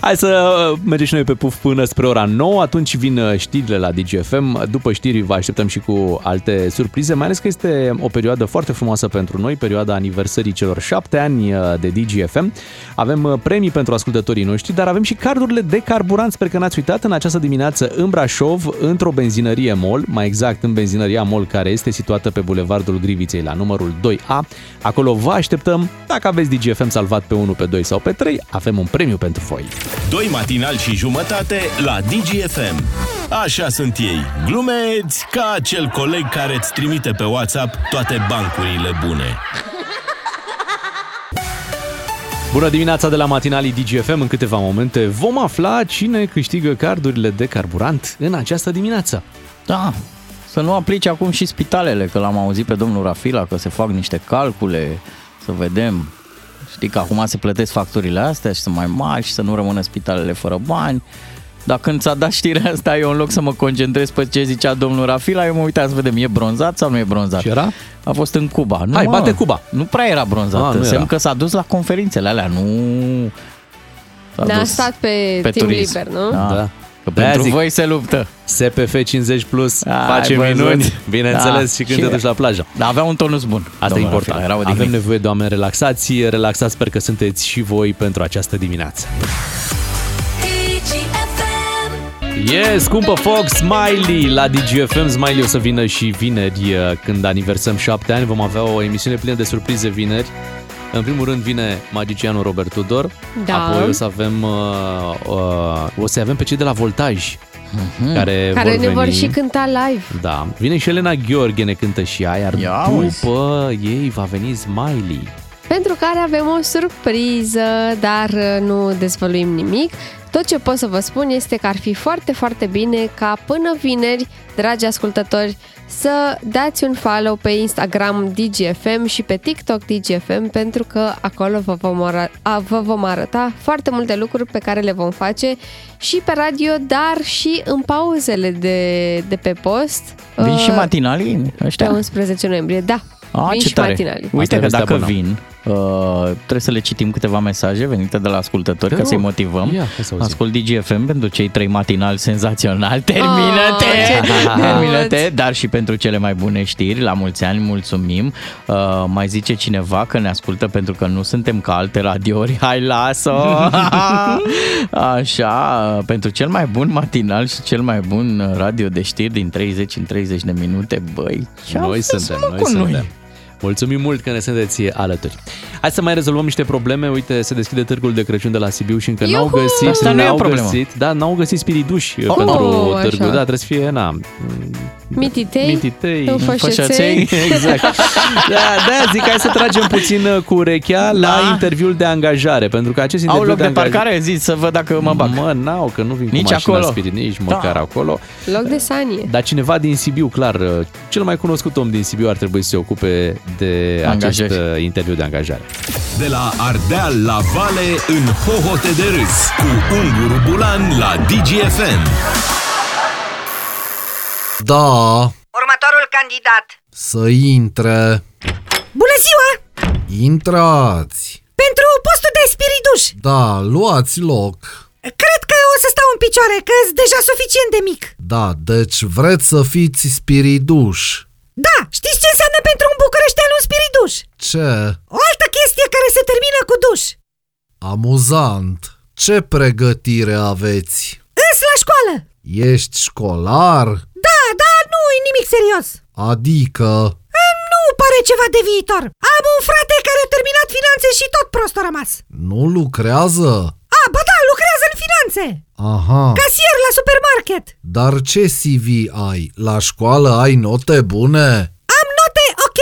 F: Hai să uh, mergem și noi pe puf până spre ora 9, atunci vin uh, știrile la DGFM. După știri vă așteptăm și cu alte surprize, mai ales că este o perioadă foarte frumoasă pentru noi, perioada aniversării celor șapte ani uh, de DGFM. Avem uh, premii pentru ascultătorii noștri, dar avem și cardurile de carburant. Sper că n-ați uitat în această dimineață în Brașov, într-o benzinărie MOL, mai exact în benzinăria MOL, care este situată pe Bulevardul Griviței, la numărul 2A. Acolo vă așteptăm. Dacă aveți DGFM salvat pe 1, pe 2 sau pe 3, avem un premiu pentru voi.
E: Doi matinal și jumătate la DGFM. Așa sunt ei, glumeți ca acel coleg care îți trimite pe WhatsApp toate bancurile bune.
F: Bună dimineața de la matinalii DGFM. În câteva momente vom afla cine câștigă cardurile de carburant în această dimineață.
G: Da, să nu aplice acum și spitalele, că l-am auzit pe domnul Rafila că se fac niște calcule, să vedem. Știi că acum se plătesc facturile astea și sunt mai mari și să nu rămână spitalele fără bani. Dar când ți-a dat știrea asta, eu în loc să mă concentrez pe ce zicea domnul Rafila, eu mă uitam să vedem, e bronzat sau nu e bronzat?
F: Și era?
G: A fost în Cuba. Nu,
F: Hai,
G: mă,
F: bate Cuba.
G: Nu prea era
F: A,
G: bronzat,
F: nu
G: semn
F: era.
G: că s-a dus la conferințele alea, nu... s-a
H: Ne-a
G: dus
H: stat pe, timp
G: turism.
H: liber, nu?
G: Da.
F: Da.
G: Că pentru voi se luptă.
F: SPF 50 plus
G: Ai
F: face
G: văzut.
F: minuni, bineînțeles,
G: Da.
F: și când te
G: Și-
F: duci la plajă.
G: Dar avea un tonus bun.
F: Asta e
G: domnul
F: important.
G: Rafila, era odihnit.
F: Avem nevoie de oameni relaxați, relaxați, sper că sunteți și voi pentru această dimineață. E scumpă foc, Smiley la DGFM. Smiley o să vină și vineri eh, când aniversăm șapte ani. Vom avea o emisiune plină de surprize vineri. În primul rând vine magicianul Robert Tudor.
H: Da.
F: Apoi o să avem, uh, uh, o să avem pe cei de la Voltaj. Care,
H: Care
F: vor
H: ne vor
F: veni.
H: și cânta live.
F: Da, vine și Elena Gheorghe, ne cântă și ea, iar Ia după ei va veni Smiley.
H: pentru care avem o surpriză, dar uh, nu dezvăluim nimic. Tot ce pot să vă spun este că ar fi foarte, foarte bine ca până vineri, dragi ascultători, să dați un follow pe Instagram DGFM și pe TikTok DGFM pentru că acolo vă vom, ara- a, vă vom arăta foarte multe lucruri pe care le vom face și pe radio, dar și în pauzele de, de pe post.
G: Vin și
H: uh,
G: matinalii
H: Pe
G: ăștia?
H: 11 noiembrie, da.
G: A,
H: vin
G: ce
H: și
G: tare.
H: matinalii.
G: Uite că
F: vestea
G: dacă
F: bună.
G: vin, uh, trebuie să le citim câteva mesaje venite de la ascultători
F: Te
G: ca să-i
F: rog.
G: motivăm.
F: Ia, hai să auzim.
G: Ascult DGFM pentru cei trei matinali senzaționali. Termină-te!
F: ce drăguț!
G: Termină-te! Dar și pentru cele mai bune știri, la mulți ani, mulțumim. Uh, mai zice cineva că ne ascultă pentru că nu suntem ca alte radiouri. Hai, lasă! Așa, pentru cel mai bun matinal și cel mai bun radio de știri din 30 în 30 de minute, băi, ce-am
F: noi
G: fost,
F: suntem,
G: mă,
F: noi
G: cu
F: suntem. Mulțumim mult că ne sunteți alături. Hai să mai rezolvăm niște probleme. Uite, se deschide târgul de Crăciun de la Sibiu și încă n-au
G: Iuhu!
F: găsit,
G: Asta nu e o
F: n-au
G: problemă.
F: găsit, da, n-au găsit spiriduși uh,
G: Oh,
F: pentru
H: așa.
F: târgul. Da, trebuie să fie, na,
H: Mititei,
F: mititei,
H: înfășăței.
F: Exact. Da, da, zic, hai să tragem puțin uh, cu urechea la interviul de angajare, pentru că acest
G: Da. Au
F: interviu
G: loc de
F: angajare-
G: parcare? Zis să văd dacă mă bag.
F: Mă, n-au, că nu vin
G: Nici
F: cu mașina
G: acolo.
F: spirit, nici
G: Da.
F: măcar acolo.
H: Loc de sanie.
F: Dar cineva din Sibiu, clar, uh, cel mai cunoscut om din Sibiu ar trebui să se ocupe de
E: Angajări.
F: acest uh, interviu de angajare.
E: De la Ardeal la Vale în hohote de râs cu Unguru Bulan la DGFM.
I: Da,
J: Următorul candidat.
I: să intre.
J: Bună ziua!
I: Intrați.
J: Pentru postul de spiriduș.
I: Da, luați loc.
J: Cred că o să stau în picioare, că sunt deja suficient de mic.
I: Da, deci vreți să fiți spiriduși.
J: Da, știți ce înseamnă pentru un bucureștean un spiriduș?
I: Ce
J: O altă chestie care se termină cu duș.
I: amuzant. Ce pregătire aveți?
J: Îs la școală.
I: Ești școlar?
J: Da, da, nu e nimic serios.
I: Adică...
J: Nu pare ceva de viitor. Am un frate care a terminat finanțe și tot prost a rămas.
I: Nu lucrează?
J: A, ba da, lucrează în finanțe.
I: Aha.
J: Casier la supermarket.
I: Dar ce CV ai? La școală ai note bune?
J: Am note ok.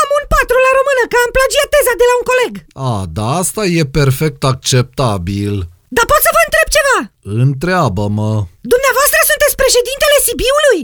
J: Am un 4 la română, că am plagiat teza de la un coleg.
I: A, da, asta e perfect acceptabil.
J: Dar pot să vă întreb ceva?
I: Întreabă-mă.
J: Dumneavoastră sunteți președintele Sibiului?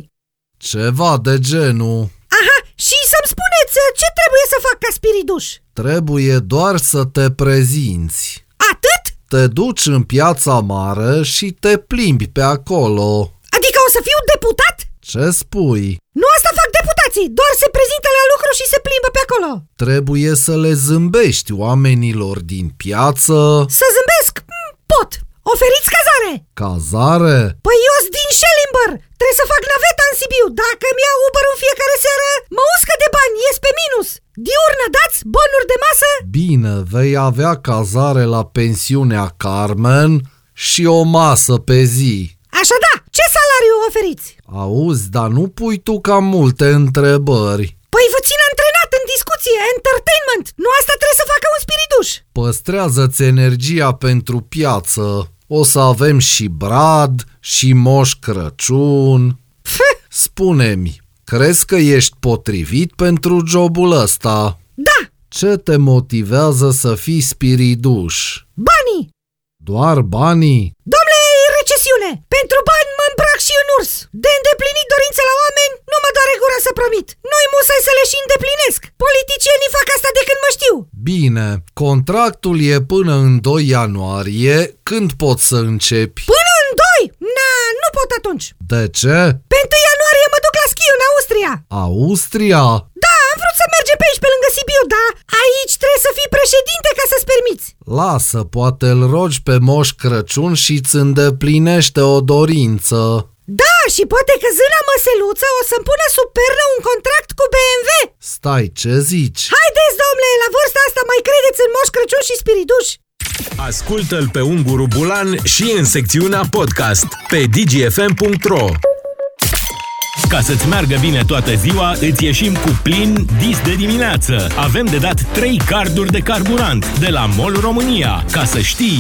I: Ceva de genul.
J: Aha, și să-mi spuneți uh, ce trebuie să fac ca spiriduș.
I: Trebuie doar să te prezinți.
J: Atât?
I: Te duci în piața mare și te plimbi pe acolo.
J: Adică o să fiu deputat?
I: Ce spui?
J: Nu asta fac deputații, doar se prezintă la lucru și se plimbă pe acolo.
I: Trebuie să le zâmbești oamenilor din piață.
J: Să zâmbesc? Mm, Pot. Oferiți cazare!
I: Cazare?
J: Păi eu sunt din Schellimber! Trebuie să fac naveta în Sibiu! Dacă mi iau Uber în fiecare seară, mă uscă de bani, ies pe minus! Diurnă dați, bonuri de masă?
I: Bine, vei avea cazare la pensiunea Carmen și o masă pe zi.
J: Așa da, ce salariu oferiți?
I: Auzi, dar nu pui tu cam multe întrebări.
J: Păi vă țin antrenat în discuție, entertainment! Nu asta trebuie să facă un spiriduș!
I: Păstrează-ți energia pentru piață. O să avem și brad, și moș Crăciun. Spune-mi, crezi că ești potrivit pentru jobul ăsta?
J: Da!
I: Ce te motivează să fii spiriduș?
J: Banii!
I: Doar banii?
J: Domnule, e recesiune! Pentru bani mă îmbrac și în urs! De îndeplinit dorințe la oameni, nu mă doare gura să promit! Nu-i musai să le și îndeplinesc! Politicienii fac asta de când mă știu!
I: Bine, contractul e până în 2 ianuarie, când poți să începi?
J: Până în doi? Na, nu pot atunci!
I: De ce?
J: Pe 1 ianuarie mă duc la schi în Austria!
I: Austria?
J: Da, am vrut să mergem pe aici pe lângă Sibiu, da? Aici trebuie să fii președinte ca să-ți permiți!
I: Lasă, poate îl rogi pe Moș Crăciun și îți îndeplinește o dorință.
J: Da, și poate că zâna măseluță o să-mi pună sub pernă un contract cu BMW!
I: Stai, ce zici?
J: Haideți, domnule, la vârsta asta mai credeți în Moș Crăciun și Spiriduș?
E: Ascultă-l pe Unguru Bulan și în secțiunea podcast pe dgfm.ro Ca să-ți meargă bine toată ziua, îți ieșim cu plin dis de dimineață. Avem de dat 3 carduri de carburant de la MOL România. Ca să știi...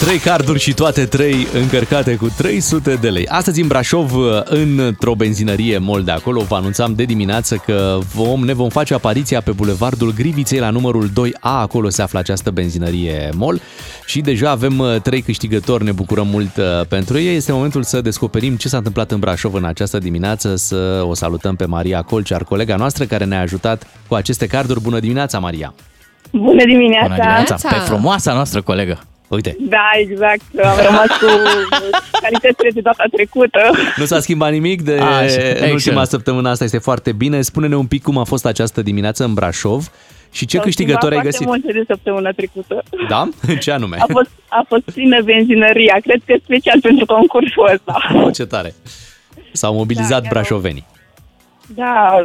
F: Trei carduri și toate trei încărcate cu 300 de lei. Astăzi în Brașov, într-o benzinărie mol de acolo, vă anunțam de dimineață că vom, ne vom face apariția pe bulevardul Griviței la numărul 2A, acolo se află această benzinărie mol și deja avem uh, trei câștigători, ne bucurăm mult uh, pentru ei. Este momentul să descoperim ce s-a întâmplat în Brașov în această dimineață, să o salutăm pe Maria Colcear, colega noastră care ne-a ajutat cu aceste carduri. Bună dimineața, Maria!
R: Bună dimineața!
F: Pe frumoasa noastră colegă! Uite,
R: Da, exact. Am rămas cu calitățile de data trecută.
F: Nu s-a schimbat nimic de
R: Așa,
F: în ultima
R: excellent.
F: săptămână, asta este foarte bine. Spune-ne un pic cum a fost această dimineață în Brașov și ce
R: S-au
F: câștigători ai
R: schimbat
F: găsit.
R: Foarte multe de săptămâna trecută.
F: Da? Ce anume?
R: A fost, a fost plină benzinăria. Cred că special pentru concursul ăsta.
F: O, ce tare! S-au mobilizat brașovenii.
R: Da, uh,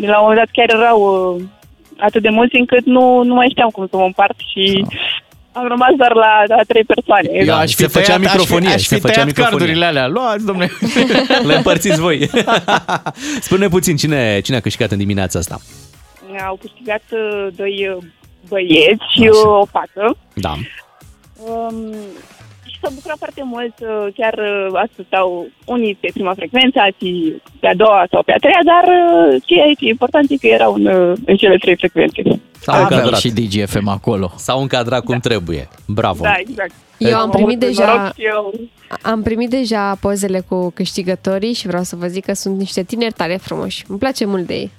R: la un moment dat chiar erau uh, atât de mulți încât nu, nu mai știam cum să mă împart și am rămas doar la, la trei persoane.
F: Eu aș fi
R: Se
F: Da. făcea
R: tăiat-
F: microfonie,
G: Aș fi,
F: se
G: aș fi
F: făcea
G: tăiat
F: microfonie.
G: cardurile alea. Luați, domnule.
F: Le împărțiți voi. Spune puțin cine, cine a câștigat în dimineața asta.
R: Au câștigat uh, doi uh, băieți și uh, o fată.
F: Da.
R: Um, și s-au bucurat foarte mult, uh, chiar uh, ascultau unii pe prima frecvență, alții pe a doua sau pe a treia, dar uh, ce e ce e important e că erau în, uh, în cele trei frecvențe.
F: S-au
G: Aveau
F: încadrat.
G: și DGFM acolo.
F: S-au încadrat cum trebuie. Bravo!
R: Da, exact.
H: Eu am primit
R: avut
H: deja-
R: noroc și eu.
H: Am primit deja pozele cu câștigătorii și vreau să vă zic că sunt niște tineri tare frumoși. Îmi place mult de ei.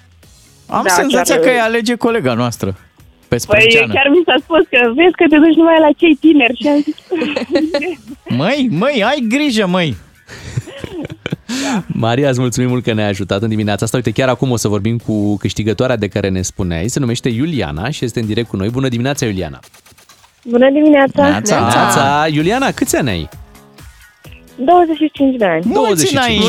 G: Am
R: Da,
G: senzația
R: chiar-
G: că e alege colega noastră. Pe
R: Păi
G: sprânceană.
R: chiar mi s-a spus că vezi că te duci numai la cei tineri și am zis,
G: Măi, măi, ai grijă, măi!
F: Maria, îți mulțumim mult că ne-ai ajutat în dimineața asta. Uite, chiar acum o să vorbim cu câștigătoarea de care ne spuneai. Se numește Iuliana și este în direct cu noi. Bună dimineața, Iuliana!
S: Bună dimineața!
F: Da, Neața. Iuliana, câți ani ai?
S: 25 de ani.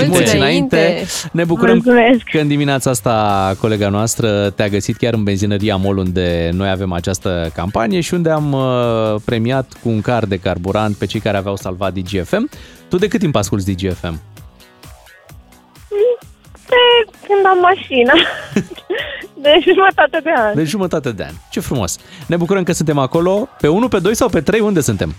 F: Mulți înainte. Ne bucurăm
S: Mulțumesc.
F: că în dimineața asta colega noastră te-a găsit chiar în benzinăria MOL unde noi avem această campanie și unde am uh, premiat cu un car de carburant pe cei care aveau salvat DGFM. Tu de cât timp asculti DGFM?
S: Pe când am mașină. De jumătate de an.
F: De jumătate de an. Ce frumos! Ne bucurăm că suntem acolo. Pe 1, pe 2 sau pe 3? Unde suntem?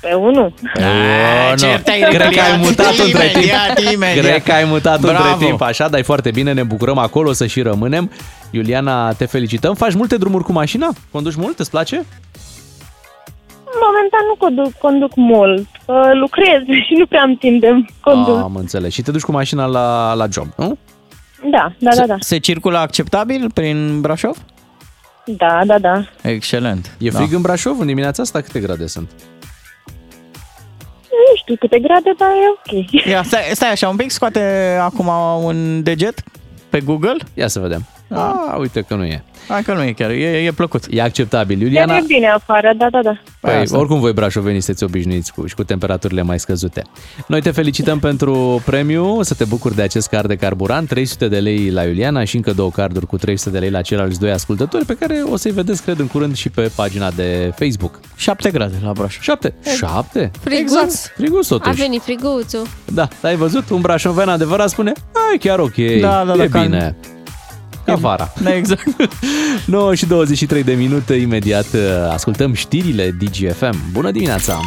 S: Pe unul.
F: Oh,
G: ce te-ai
F: Cred că ai
G: replicat
F: mutat între timp.
G: imediat, imediat.
F: Cred că ai mutat
G: Bravo.
F: între timp, așa, dar e foarte bine, ne bucurăm acolo să și rămânem. Iuliana, te felicităm. Faci multe drumuri cu mașina? Conduci mult? Îți place?
S: Momentan nu conduc, conduc mult. Uh, Lucrez și nu prea am timp de conduc.
F: Ah, Am înțeles. Și te duci cu mașina la, la job, nu?
S: Da, da, da, da.
G: Se circulă acceptabil prin Brașov?
S: Da, da, da.
G: Excelent. Da.
F: E frig în Brașov în dimineața asta? Câte grade sunt?
S: Nu știu câte grade, dar e ok.
G: Ia, stai, stai așa un pic, scoate acum un deget pe Google.
F: Ia să vedem. A, uite că nu e.
G: Da. Hai că nu e chiar, e, e plăcut.
F: E acceptabil.
S: Iar
F: Iuliana,
S: e bine afară, da, da, da.
F: Păi, oricum voi brașovenii sunteți obișnuiți cu, și cu temperaturile mai scăzute. Noi te felicităm pentru premiu, o să te bucuri de acest card de carburant, 300 de lei la Iuliana și încă două carduri cu 300 de lei la ceilalți doi ascultători pe care o să-i vedeți, cred, în curând și pe pagina de Facebook.
G: 7 grade la Brașov.
F: 7? 7?
H: Friguț.
F: Exact. Friguț
H: A
F: totuși.
H: venit friguțul.
F: Da, ai văzut? Un brașoven adevărat spune, ai chiar ok,
G: Da, da, da,
F: e
G: ca-
F: bine. Ca vara.
G: Exact.
F: 9 și 23 de minute, imediat uh, ascultăm știrile DGFM. Bună dimineața!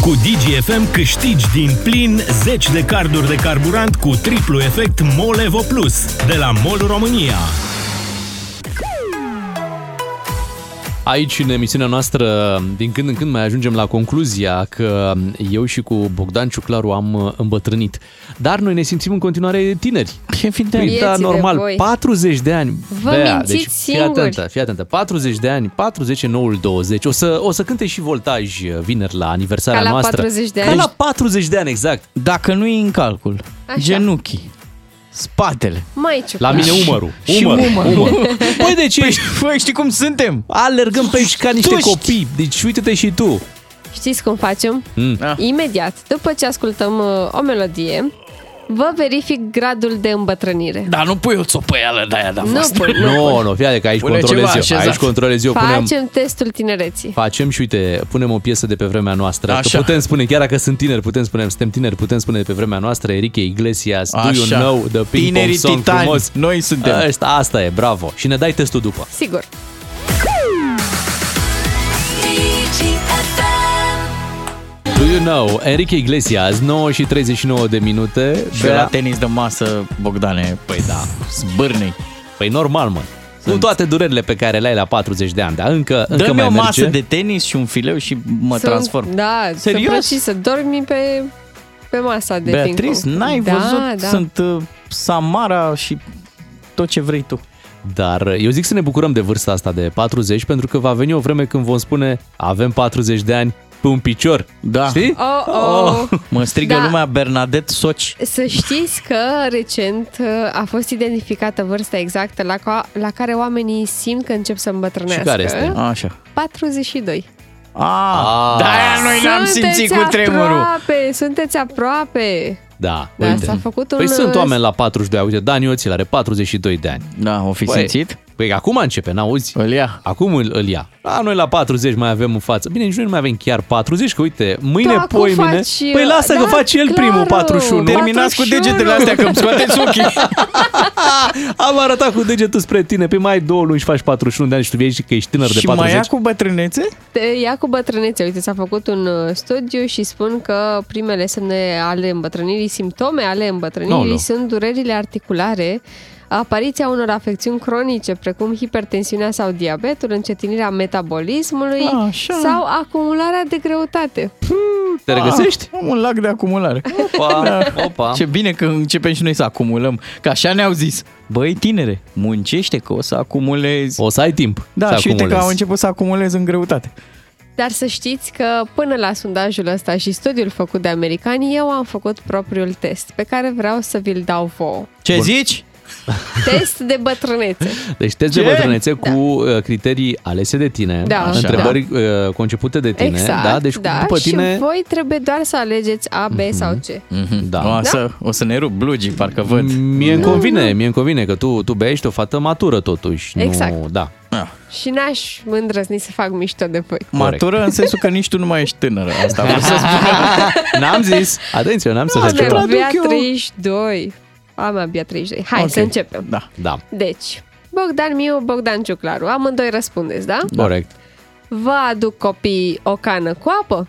E: Cu DGFM câștigi din plin 10 de carduri de carburant cu triplu efect Molevo Plus de la MOL România.
F: Aici, în emisiunea noastră, din când în când mai ajungem la concluzia că eu și cu Bogdan Ciuclaru am uh, îmbătrânit. Dar noi ne simțim în continuare tineri.
G: Evident.
F: Da,
G: Vieții de
F: normal.
G: voi.
F: 40 de ani. deci,
G: Vă mințiți
F: fii
G: singuri.
F: atentă, fii atentă. 40 de ani, 40 în noul 20. O să, o să cânte și voltaj uh, vineri la aniversarea
H: Ca la
F: noastră.
H: 40 de
F: Ca
H: ani.
F: la 40 de ani, exact.
G: Dacă nu e în calcul,
H: Așa.
G: genunchii, spatele.
H: Mai ciucă.
F: La mine umărul.
G: Și
F: Umărul,
G: umărul.
F: umărul. Păi de ce ești?
G: Păi știi cum suntem?
F: Alergăm pe aici ca niște
H: Tuști.
F: copii. Deci uite-te și tu.
H: Știți cum facem?
F: Mm.
R: Da.
H: Imediat, după ce ascultăm uh, o melodie, vă verific gradul de îmbătrânire.
F: Da,
G: Dar Da, nu pui o țopăială de aia de
H: Nu pui, nu
F: Nu, nu, fii că aici
G: Pune
F: controlez
G: ceva
F: eu.
G: așezat.
F: Aici controlez eu.
H: Facem
F: Punem,
H: testul tinereții.
F: facem și uite, punem o piesă de pe vremea noastră. Că
G: Așa.
F: putem spune, chiar dacă sunt tineri, putem spune, suntem tineri, putem spune de pe vremea noastră, Enrique Iglesias, Do You
G: Așa.
F: Know, The Ping
G: Tinerii
F: Pong Song,
G: titani.
F: frumos.
G: Noi suntem.
F: Asta, asta e, bravo. Și ne dai testul după.
H: Sigur.
F: Do You Know, Enrique Iglesias, 9 și 39 de minute.
G: Și la tenis de masă, Bogdane,
F: Păi da.
G: zbârnei.
F: Păi normal, mă. Cu toate durerile pe care le ai la 40 de ani, dar încă, încă
G: Dă-mi
F: mai
G: o
F: merge.
G: masă de tenis și un fileu și mă
H: Sunt-
G: transform.
H: Da,
G: Serios?
H: Serios? și să dormi pe, pe masa de ping
G: Beatriz,
H: pong.
G: n-ai
H: da,
G: văzut?
H: Da.
G: Sunt uh, Samara și tot ce vrei tu.
F: Dar eh, eu zic să ne bucurăm de vârsta asta de 40 pentru că va veni o vreme când vom spune avem 40 de ani pe un picior.
G: Da.
F: Știi?
H: Oh, oh.
G: Mă strigă
H: Da.
G: lumea Bernadette Soci.
H: Să știți că recent uh, a fost identificată vârsta exactă la, ca, la care oamenii simt că încep să îmbătrânească.
G: Așa.
H: 42.
G: A,
F: Ah.
G: de-aia noi n-am
H: Sunteți
G: simțit cu tremurul.
H: aproape, sunteți aproape.
F: Da,
H: Da, s-a făcut un-
F: Păi sunt oameni la 42, uite, Dani Oțil are 42 de ani.
G: Da, o fi simțit?
F: Păi acum începe, n-auzi?
G: Îl ia.
F: Acum îl, îl ia. A, noi la 40 mai avem în față. Bine, nici noi nu mai avem chiar 40, că uite, mâine,
G: Tu Da, acum
F: poi mine.
G: faci-
F: Păi lasă
G: da,
F: că face el
G: clar,
F: primul 41.
G: Terminați cu 41. degetele astea, că îmi scoateți ochii.
F: Am arătat cu degetul spre tine. Pe mai ai două luni și faci 41 de ani și tu vei și că ești tânăr de
G: Și
F: 40.
G: mai ia cu bătrânețe?
H: Te ia cu bătrânețe. Uite, s-a făcut un uh, studiu și spun că primele semne ale îmbătrânirii, simptome ale îmbătrânirii
F: Aoleu.
H: sunt durerile articulare, apariția unor afecțiuni cronice, precum hipertensiunea sau diabetul, încetinirea metabolismului
G: Așa.
H: sau acumularea de greutate.
F: Te regăsești?
G: Ah, Am un lac de acumulare. Da.
F: Opa, opa.
G: Ce bine că începem și noi să acumulăm. Că așa ne-au zis. Băi, tinere, muncește că o să acumulezi.
F: O să ai timp
G: Da,
F: să
G: și uite că
F: acumulezi.
G: au început să acumulez în greutate.
H: Dar să știți că până la sondajul ăsta și studiul făcut de americani, eu am făcut propriul test pe care vreau să vi-l dau vouă.
G: Ce Bun. zici?
H: Test de bătrânețe.
F: Deci test de
H: Ce?
F: bătrânețe cu uh, criterii alese de tine,
H: Da, Așa.
F: întrebări uh, concepute de tine,
H: exact,
F: da, deci
H: da,
F: după tine Mhm.
H: și voi trebuie doar să alegeți A, B sau C.
F: Da.
G: O să, o să ne rup blugii, parcă văd.
F: Mie îmi convine, mie îmi convine că tu tu bea ești o fată matură totuși,
H: Exact.
F: nu, da.
G: Ah,
H: Și n-aș îndrăzni să fac mișto de voi.
G: Matură în sensul că nici tu nu mai ești tânără. Asta vreau să spun.
F: n-am zis. Atenție, n-am să
H: Am
F: ceva.
H: abia 32. Am abia 32. Hai
F: Ok.
H: să începem.
G: Da.
F: Da.
H: Deci, Bogdan Miu, Bogdan Ciuclaru. Amândoi răspundeți, da?
F: Corect.
H: Vă aduc copiii o cană cu apă?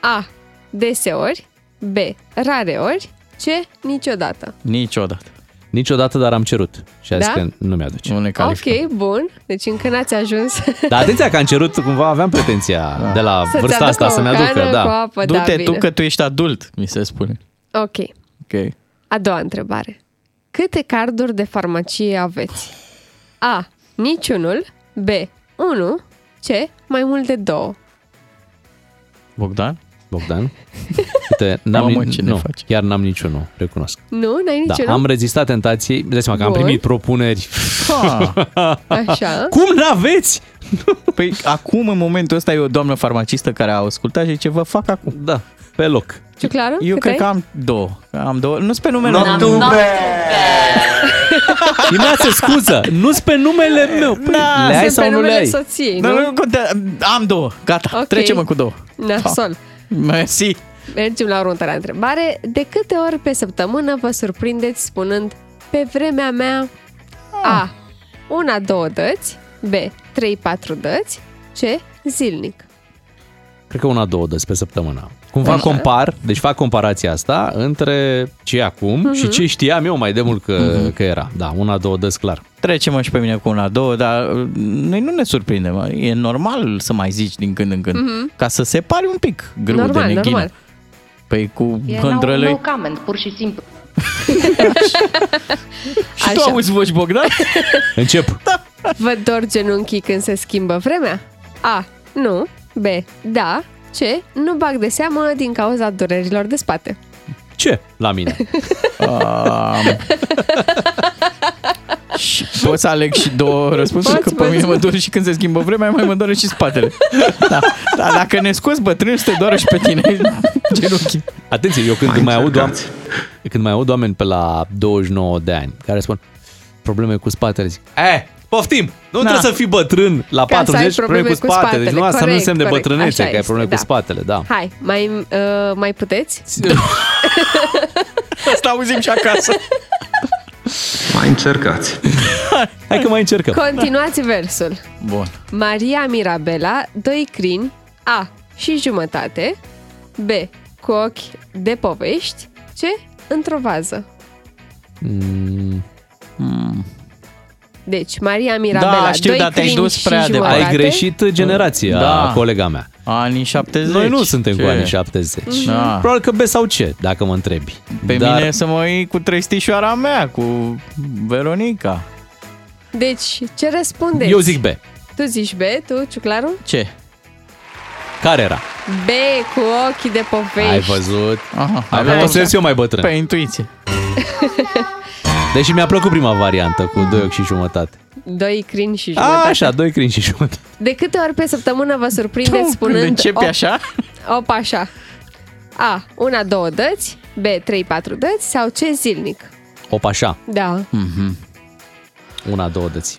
H: A. Deseori. B. Rare ori. C. Niciodată.
G: Niciodată.
F: Niciodată, dar am cerut. Și a zis
H: Da?
F: că nu mi-aduce.
G: Nu ne
H: Ok, bun. Deci încă n-ați ajuns.
F: Dar Da, atenția că am cerut, cumva aveam pretenția de la
H: Să-ți
F: vârsta
H: aducă
F: asta
H: o
F: să-mi aducă,
H: cană cu
F: da.
H: apă, da,
G: Da. Du-te tu
H: bine.
G: că tu ești adult, mi se spune.
H: Ok.
G: Ok.
H: A doua întrebare. Câte carduri de farmacie aveți? A. Niciunul. B. 1. C. Mai mult de două.
G: Bogdan?
F: Bogdan? Uite, n-am
G: Mamă,
F: ni-
G: ce ne
F: nu, chiar n-am niciunul, recunosc.
H: Nu? N-ai
F: Da,
H: niciunul?
F: am rezistat tentației, îți dai seama că am
H: Bun.
F: primit propuneri.
G: Ah.
H: Așa.
F: Cum n-aveți?
G: Păi acum, în momentul ăsta, e o doamnă farmacistă care a ascultat și zice, vă fac acum.
F: Da, pe loc.
H: Ce clară?
G: Eu
H: Cât
G: cred
H: ai?
G: că am două. Am două. Nu-s pe numele
F: Not too bad. Ignață, scuză, nu-s pe numele meu. Păi,
G: Da,
F: le ai
G: sunt
F: sau
G: pe
F: nu le
G: numele
F: ai?
H: soției,
G: Dar
H: nu?
G: nu contează. Am două. Gata.
H: Ok.
G: Trecem cu două. Da.
H: Nasol.
G: Mersi.
H: Mergem la următoarea întrebare. De câte ori pe săptămână vă surprindeți spunând pe vremea mea
G: Ah.
H: A. Una, două dăți B. Trei, patru dăți C. Zilnic.
F: Cred că una, două des pe săptămână. Cumva
H: Așa.
F: compar, deci fac comparația asta între ce e acum și
G: Mhm.
F: ce știam eu mai de mult
H: Mhm.
F: că, că era. Da, una, două des clar.
G: Trecem și pe mine cu una, două, dar uh, noi nu ne surprindem. E normal să mai zici din când în când.
T: Mhm.
G: Ca să separi un pic grâu
T: Normal,
G: de neghină.
T: normal.
G: Păi cu
T: E
G: hândrălăi.
T: no, no comment, pur și simplu.
G: Și tu auzi voci, Bogdan?
F: Încep.
H: Vă dor genunchii când se schimbă vremea? A. Nu. B. Da. C. Nu bag de seamă din cauza durerilor de spate.
F: Ce la mine?
G: Um... și pot să aleg și două răspunsuri, că pe mine mă doare și când se schimbă vremea, mai mă doare și spatele. Da, da, dacă ne scoți bătrân, te doare și pe tine genunchii.
F: Atenție, eu când mai, aud oameni, când mai aud oameni pe la 29 de ani care spun probleme cu spatele, zic, e, poftim, nu
G: Na.
F: trebuie să fii bătrân la
H: Ca Da. să ai
F: 40 probleme cu spatele. Deci nu, asta nu
H: Corect,
F: însemn de
H: corect.
F: bătrânețe,
H: Așa
F: că ai probleme
H: este,
F: cu spatele, da.
H: Hai, mai, uh, mai puteți?
G: Asta auzim și acasă.
U: Mai încercați.
F: Hai că mai încercăm.
H: Continuați versul.
G: Bun.
H: Maria Mirabela, doi crini, A. Și jumătate, B. Cu ochi de povești, C. Într-o vază.
F: Mm.
H: Deci, Maria Mirabela,
G: da, știu,
H: doi
G: dar te-ai
H: crini
G: dus
H: și
G: prea
H: jumătate.
G: departe. Da.
F: Ai greșit generația, colega mea.
G: Anii 70.
F: Noi nu suntem cu
G: Ce?
F: anii 70.
G: Mhm. Da.
F: Probabil că B sau C, dacă mă întrebi.
G: Pe mine să mă iei cu trăistișoara mea, cu Veronica.
H: Deci, ce răspundeți?
F: Eu zic B.
H: Tu zici B, tu, Ciuclaru?
G: Ce?
F: Care era?
H: B, cu ochii de povești.
F: Ai văzut?
G: Aha,
F: Aveam un sens eu mai bătrân.
G: Pe intuiție.
F: Deși mi-a plăcut prima variantă cu doi ochi și jumătate.
H: Doi crini și
F: A,
H: jumătate.
F: așa, doi crini și jumătate.
H: De câte ori pe săptămână vă surprindeți
F: Când
H: Deci spunând...
F: începi
H: op,
F: așa?
H: Op, așa. A. Una, două dăți. B. Trei, patru dăți. Sau C. Zilnic.
F: Op, așa.
H: Da.
G: Mhm.
F: Mm-hmm. Una, două dăți.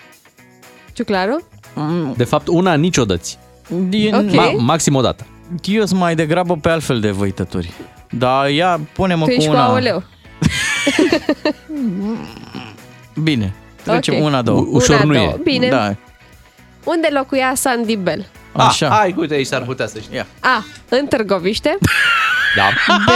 H: Ciuclaru?
G: Mm,
F: De fapt, una nici o dăți.
G: Din...
H: Ok.
F: Deci. Ma- maxim o dată.
G: Eu sunt mai degrabă pe altfel de văitături. Da, ia, pune-mă
H: tu
G: cu
H: ești
G: una.
H: cu aoleu.
G: Bine. Trecem
H: Ok.
G: una, două.
H: U- ușor Una, nu e. două. Bine.
G: Da.
H: Unde locuia Sandy Bell?
G: Așa.
F: Ah, hai, uite, aici s-ar putea să știi.
H: A. În Târgoviște.
F: Da.
H: B.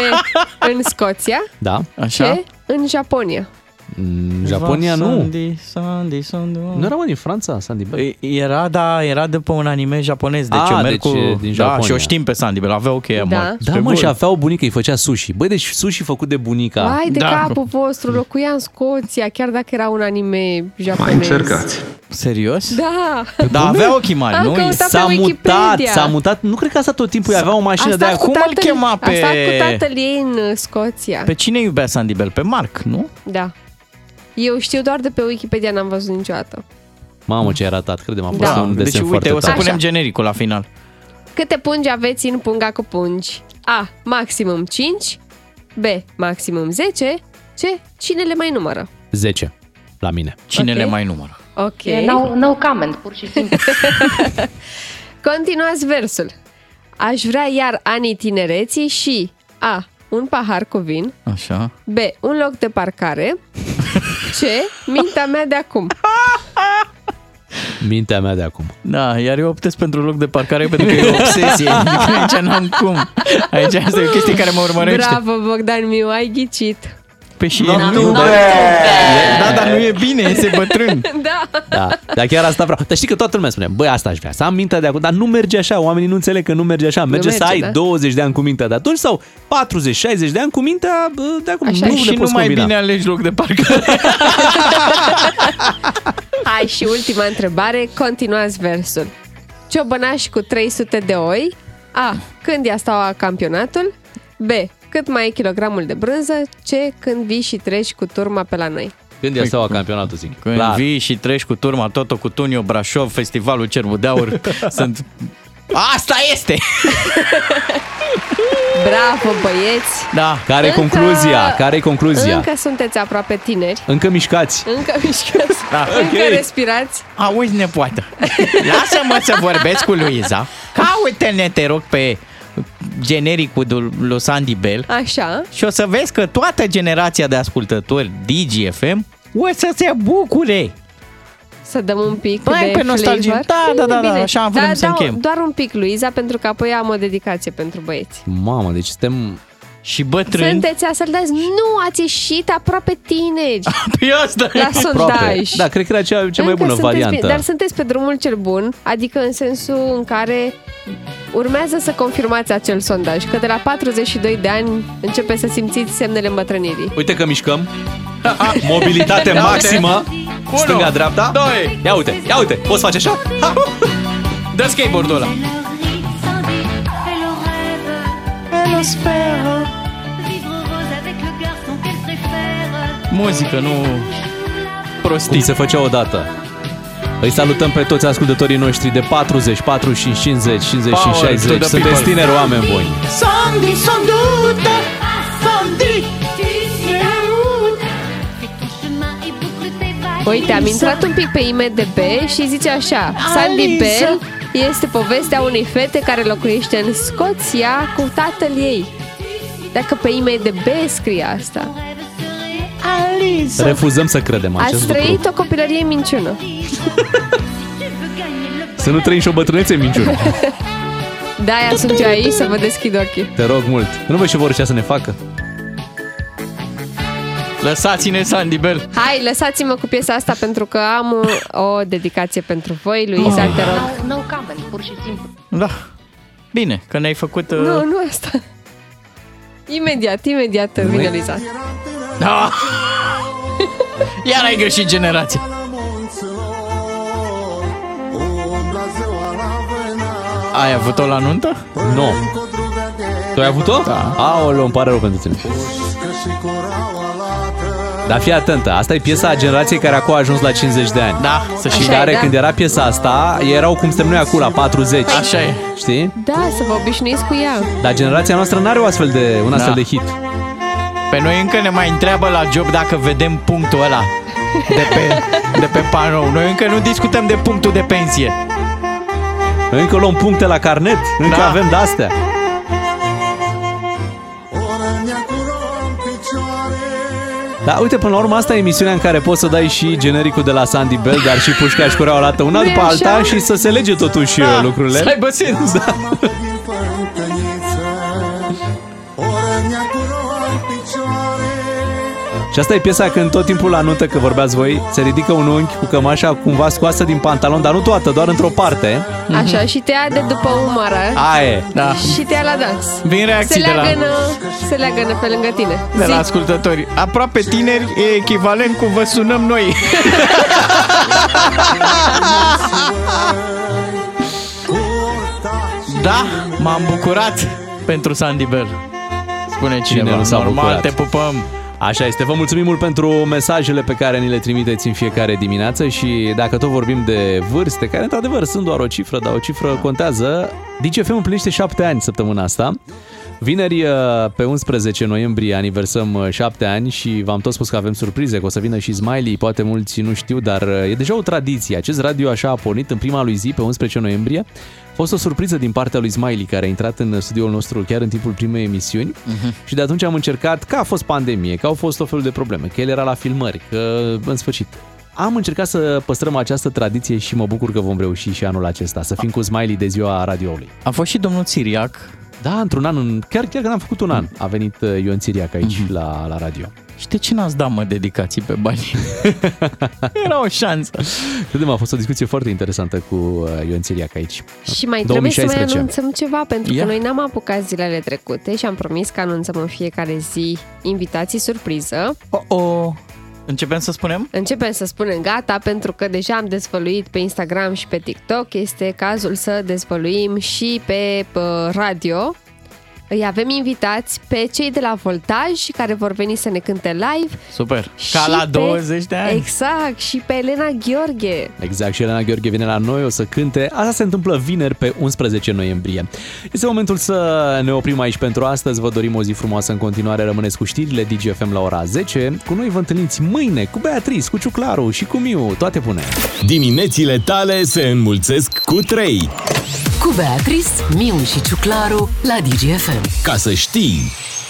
H: În Scoția.
F: Da.
H: C. În Japonia.
F: Mm, Japonia nu.
G: Sandy, Sandy, Sandy.
F: Nu era mă din Franța, Sandy Bell?
G: Era, da, era de pe un anime japonez, deci
F: Ah,
G: eu merg
F: deci,
G: cu...
F: e din
G: da,
F: Japonia.
G: și o știm pe Sandy Bell, avea ok,
H: Da.
F: Da, mă, și aveau bunica, îi făcea sushi. Băi, deci sushi făcut de bunica.
H: Vai de
F: da.
H: capul vostru, locuia în Scoția, chiar dacă era un anime japonez.
G: Serios?
H: Da.
G: Dar avea ochii mari,
H: Am
G: nu?
H: căutat pe
F: S-a mutat,
H: Wikipedia.
F: s-a mutat. Nu cred că asta tot timpul. Avea o mașină de
H: a stat
F: acum.
H: cu
G: Cum îl
H: tatăl-
G: chema pe-
H: A stat cu tatăl ei în uh, Scoția.
G: Pe cine iubea Sandy Bell? Pe Mark, nu?
H: Da. Eu știu doar de pe Wikipedia, n-am văzut niciodată.
F: Mamă, ce ai ratat. Credem, a fost
H: Da.
F: un
G: deci
F: desen
G: uite,
F: foarte
G: o să
F: tare.
G: punem genericul la final.
H: Câte pungi aveți în punga cu pungi? A. Maximum 5 B. Maximum 10 C. Cine le mai numără?
F: 10 la mine.
G: Cine le mai numără?
H: Ok.
T: E no, no comment, pur și simplu.
H: Continuați versul. Aș vrea iar anii tinereții și A. Un pahar cu vin
G: Așa.
H: B. Un loc de parcare C. Mintea mea de acum
F: Mintea mea de acum.
G: Da, iar eu optez pentru loc de parcare pentru că e o obsesie. Adică aici n-am cum. Aici asta e o chestie care mă urmărește.
H: Bravo, Bogdan Miu, ai ghicit
G: Pe și
H: Not
G: el
H: too
G: nu,
H: bad.
G: dar- Da, dar nu e bine, este bătrân.
H: Da.
F: Da, dar chiar asta vreau. Dar știi că toată lumea spune, băi, asta aș vrea, să am mintea de acum, dar nu merge așa, oamenii nu înțeleg că nu merge așa. Merge,
G: merge,
F: să ai
G: da.
F: 20 de ani cu mintea de atunci sau 40, 60 de ani cu mintea bă, de acum.
G: Așa
F: nu
G: e.
F: le
G: Deci și nu
F: poți
G: mai
F: combina.
G: bine alegi loc de parcare.
H: Hai și ultima întrebare, continuați versul. Ciobănași cu 300 de oi. A. Când ia staua campionatul? B. Cât mai e kilogramul de brânză, ce când vii și treci cu turma pe la noi.
F: Când e steaua campionatul, zic.
G: Când
F: Clar.
G: vii și treci cu turma Toto cu Tunio Brașov, Festivalul Cerbul de Aur, sunt... Asta este!
H: Bravo, băieți!
G: Da.
F: Care e concluzia? Care e concluzia? Încă,
H: Încă sunteți aproape tineri.
F: încă mișcați.
H: Încă mișcați,
G: Da.
H: încă
G: Ok.
H: respirați.
G: Auzi, nepoată, lasă-mă să vorbesc cu Luiza. Caută-ne, te rog, pe genericul Los Andy Bell
H: Așa.
G: și o să vezi că toată generația de ascultători DGFM o să se bucure.
H: Să dăm un pic
G: Băi,
H: de
G: Păi, pe nostalgie.
H: flavor.
G: Da, da, da, da,
H: Bine.
G: așa vrem
H: Dar
G: să
H: dau
G: încheiem.
H: Doar un pic, Luiza, pentru că apoi am o dedicație pentru băieți.
F: Mamă, deci suntem...
G: Și bătrâni.
H: Sunteți asaldați? Nu, ați ieșit aproape tineri.
G: Păi asta
H: La sondaj.
F: Da, cred că era cea, cea mai
H: Încă
F: bună
H: sunteți bine,
F: variantă.
H: dar sunteți pe drumul cel bun, adică în sensul în care urmează să confirmați acel sondaj, că de la 42 de ani începe să simțiți semnele îmbătrânirii.
F: Uite că mișcăm. Da, Mobilitate
H: Ia uite.
F: maximă.
H: Unu,
F: Stânga-dreapta. Ia uite, ia uite. Poți face așa? Ha! Dă skateboard-ul ăla.
K: Elle espère vivre heureuse avec le garçon qu'elle préfère.
G: Muzică, nu prostii.
F: Cum se făcea odată. Îi salutăm pe toți ascultătorii noștri de 40, 45, 50, 50 și
G: Power to
F: 60.
G: the
F: Sunteți
G: people.
F: tineri oameni buni.
K: Sandy, sans doute, Sandy, tu sais la route. Fais ton chemin et boucle tes valises.
H: Uite, am intrat un pic pe IMDB și zice așa Sandy
K: Alisa.
H: Bell este povestea unei fete care locuiește în Scoția cu tatăl ei Dacă pe IMDB scrie asta
K: Alice.
F: Refuzăm să credem
H: Ați
F: acest lucru.
H: trăit o copilărie minciună
F: Să nu trăim și o bătrânețe minciună.
H: De-aia Da, sunt eu aici să vă deschid ochii
F: Te rog mult. Nu vezi ce vor ăștia să ne facă?
G: Lăsați-ne, Sandy Bell.
H: Hai, lăsați-mă cu piesa asta pentru că am uh, o dedicație pentru voi, Luisa,
F: Oh.
H: te rog
T: No, no comment, pur și simplu.
G: Da. Bine, că ne-ai făcut... uh,
H: Nu, nu asta Imediat, imediat vine Luisa
G: Da. Iar ai greșit generația. Ai avut-o la nuntă?
F: Nu. Tu ai avut-o? Da. Aoleu, îmi pare rău pentru tine. Dar fii atentă, asta e piesa a generației care acum a ajuns la 50 de ani.
G: Da, să știi.
F: Și
G: Așa e,
F: care
H: da.
F: când era piesa asta, erau cum suntem noi acum la 40.
G: Așa e.
F: Știi?
H: Da, să vă obișnuiți cu ea
F: Dar generația noastră n-are o astfel de, un astfel
G: Da.
F: de hit.
G: Pe noi încă ne mai întreabă la job dacă vedem punctul ăla de pe, de pe panou. Noi încă nu discutăm de punctul de pensie.
F: Noi încă luăm puncte la carnet, încă
G: Da.
F: avem de-astea. Da, uite, până la urmă asta e emisiunea în care poți să dai și genericul de la Sandy Bell, dar și pușcaș cu reaua lată una
G: Nu-i
F: după alta
G: așa?
F: și să se lege totuși uh,
G: Da,
F: lucrurile.
G: să aibă sens.
F: Da. Și asta e piesa când tot timpul la nuntă, că vorbeați voi, se ridică un unchi cu cămașa cumva scoasă din pantalon, dar nu toată, doar într-o parte.
H: Așa, și te ia de după umără
F: Aia e.
G: Da.
H: Și te ia la dans.
G: Vin reacții
H: se
G: de la-
H: leagănă, Se leagănă pe lângă tine.
G: De la
H: Zi.
G: ascultători. Aproape tineri e echivalent cu vă sunăm noi. da, m-am bucurat pentru Sandy Bell. Spune cineva.
F: Cine nu s-a
G: Normal,
F: bucurat.
G: te pupăm.
F: Așa este. Vă mulțumim mult pentru mesajele pe care ni le trimiteți în fiecare dimineață și dacă tot vorbim de vârste, care într-adevăr sunt doar o cifră, dar o cifră contează, DCFM împlinește șapte ani săptămâna asta. Vineri, uh, pe 11 noiembrie, aniversăm uh, șapte ani și v-am tot spus că avem surprize, că o să vină și Smiley, poate mulți nu știu, dar uh, e deja o tradiție. Acest radio așa a pornit în prima lui zi, pe 11 noiembrie. A fost o surpriză din partea lui Smiley, care a intrat în studioul nostru chiar în timpul primei emisiuni.
K: Uhum.
F: Și de atunci am încercat, că a fost pandemie, că au fost tot felul de probleme, că el era la filmări, că în sfârșit. Am încercat să păstrăm această tradiție și mă bucur că vom reuși și anul acesta, să fim cu Smiley de ziua radioului.
G: A fost și domnul Țiriac.
F: Da, într-un an, în- chiar, chiar când am făcut un an, a venit uh, Ion Țiriac aici la, la radio.
G: Mhm. Și de ce n-ați dat, mă, dedicații pe bani? Era o șansă.
F: Credem, a fost o discuție foarte interesantă cu uh, Ion Țiriac aici.
H: Și mai trebuie să mai
F: 2016.
H: anunțăm ceva, pentru
F: Ia.
H: că noi n-am apucat zilele trecute și am promis că anunțăm în fiecare zi invitații surpriză.
G: Oh, Oh-oh. Începem să spunem?
H: Începem să spunem gata, pentru că deja am dezvăluit pe Instagram și pe TikTok. Este cazul să dezvăluim și pe pă, radio Îi avem invitați pe cei de la Voltaj care vor veni să ne cânte live.
F: Super.
H: și pe- Exact, și pe Elena Gheorghe.
F: Exact, și Elena Gheorghe vine la noi, o să cânte. Asta se întâmplă vineri pe 11 noiembrie. Este momentul să ne oprim aici pentru astăzi. Vă dorim o zi frumoasă în continuare. Rămâneți cu știrile DGFM la ora 10. Cu noi vă întâlniți mâine cu Beatrice, cu Ciuclaru și cu Miu. Toate bune!
E: Diminețile tale se înmulțesc cu 3.
D: Cu Beatrice, Miu și Ciuclaru la DGFM.
E: Ca să știi!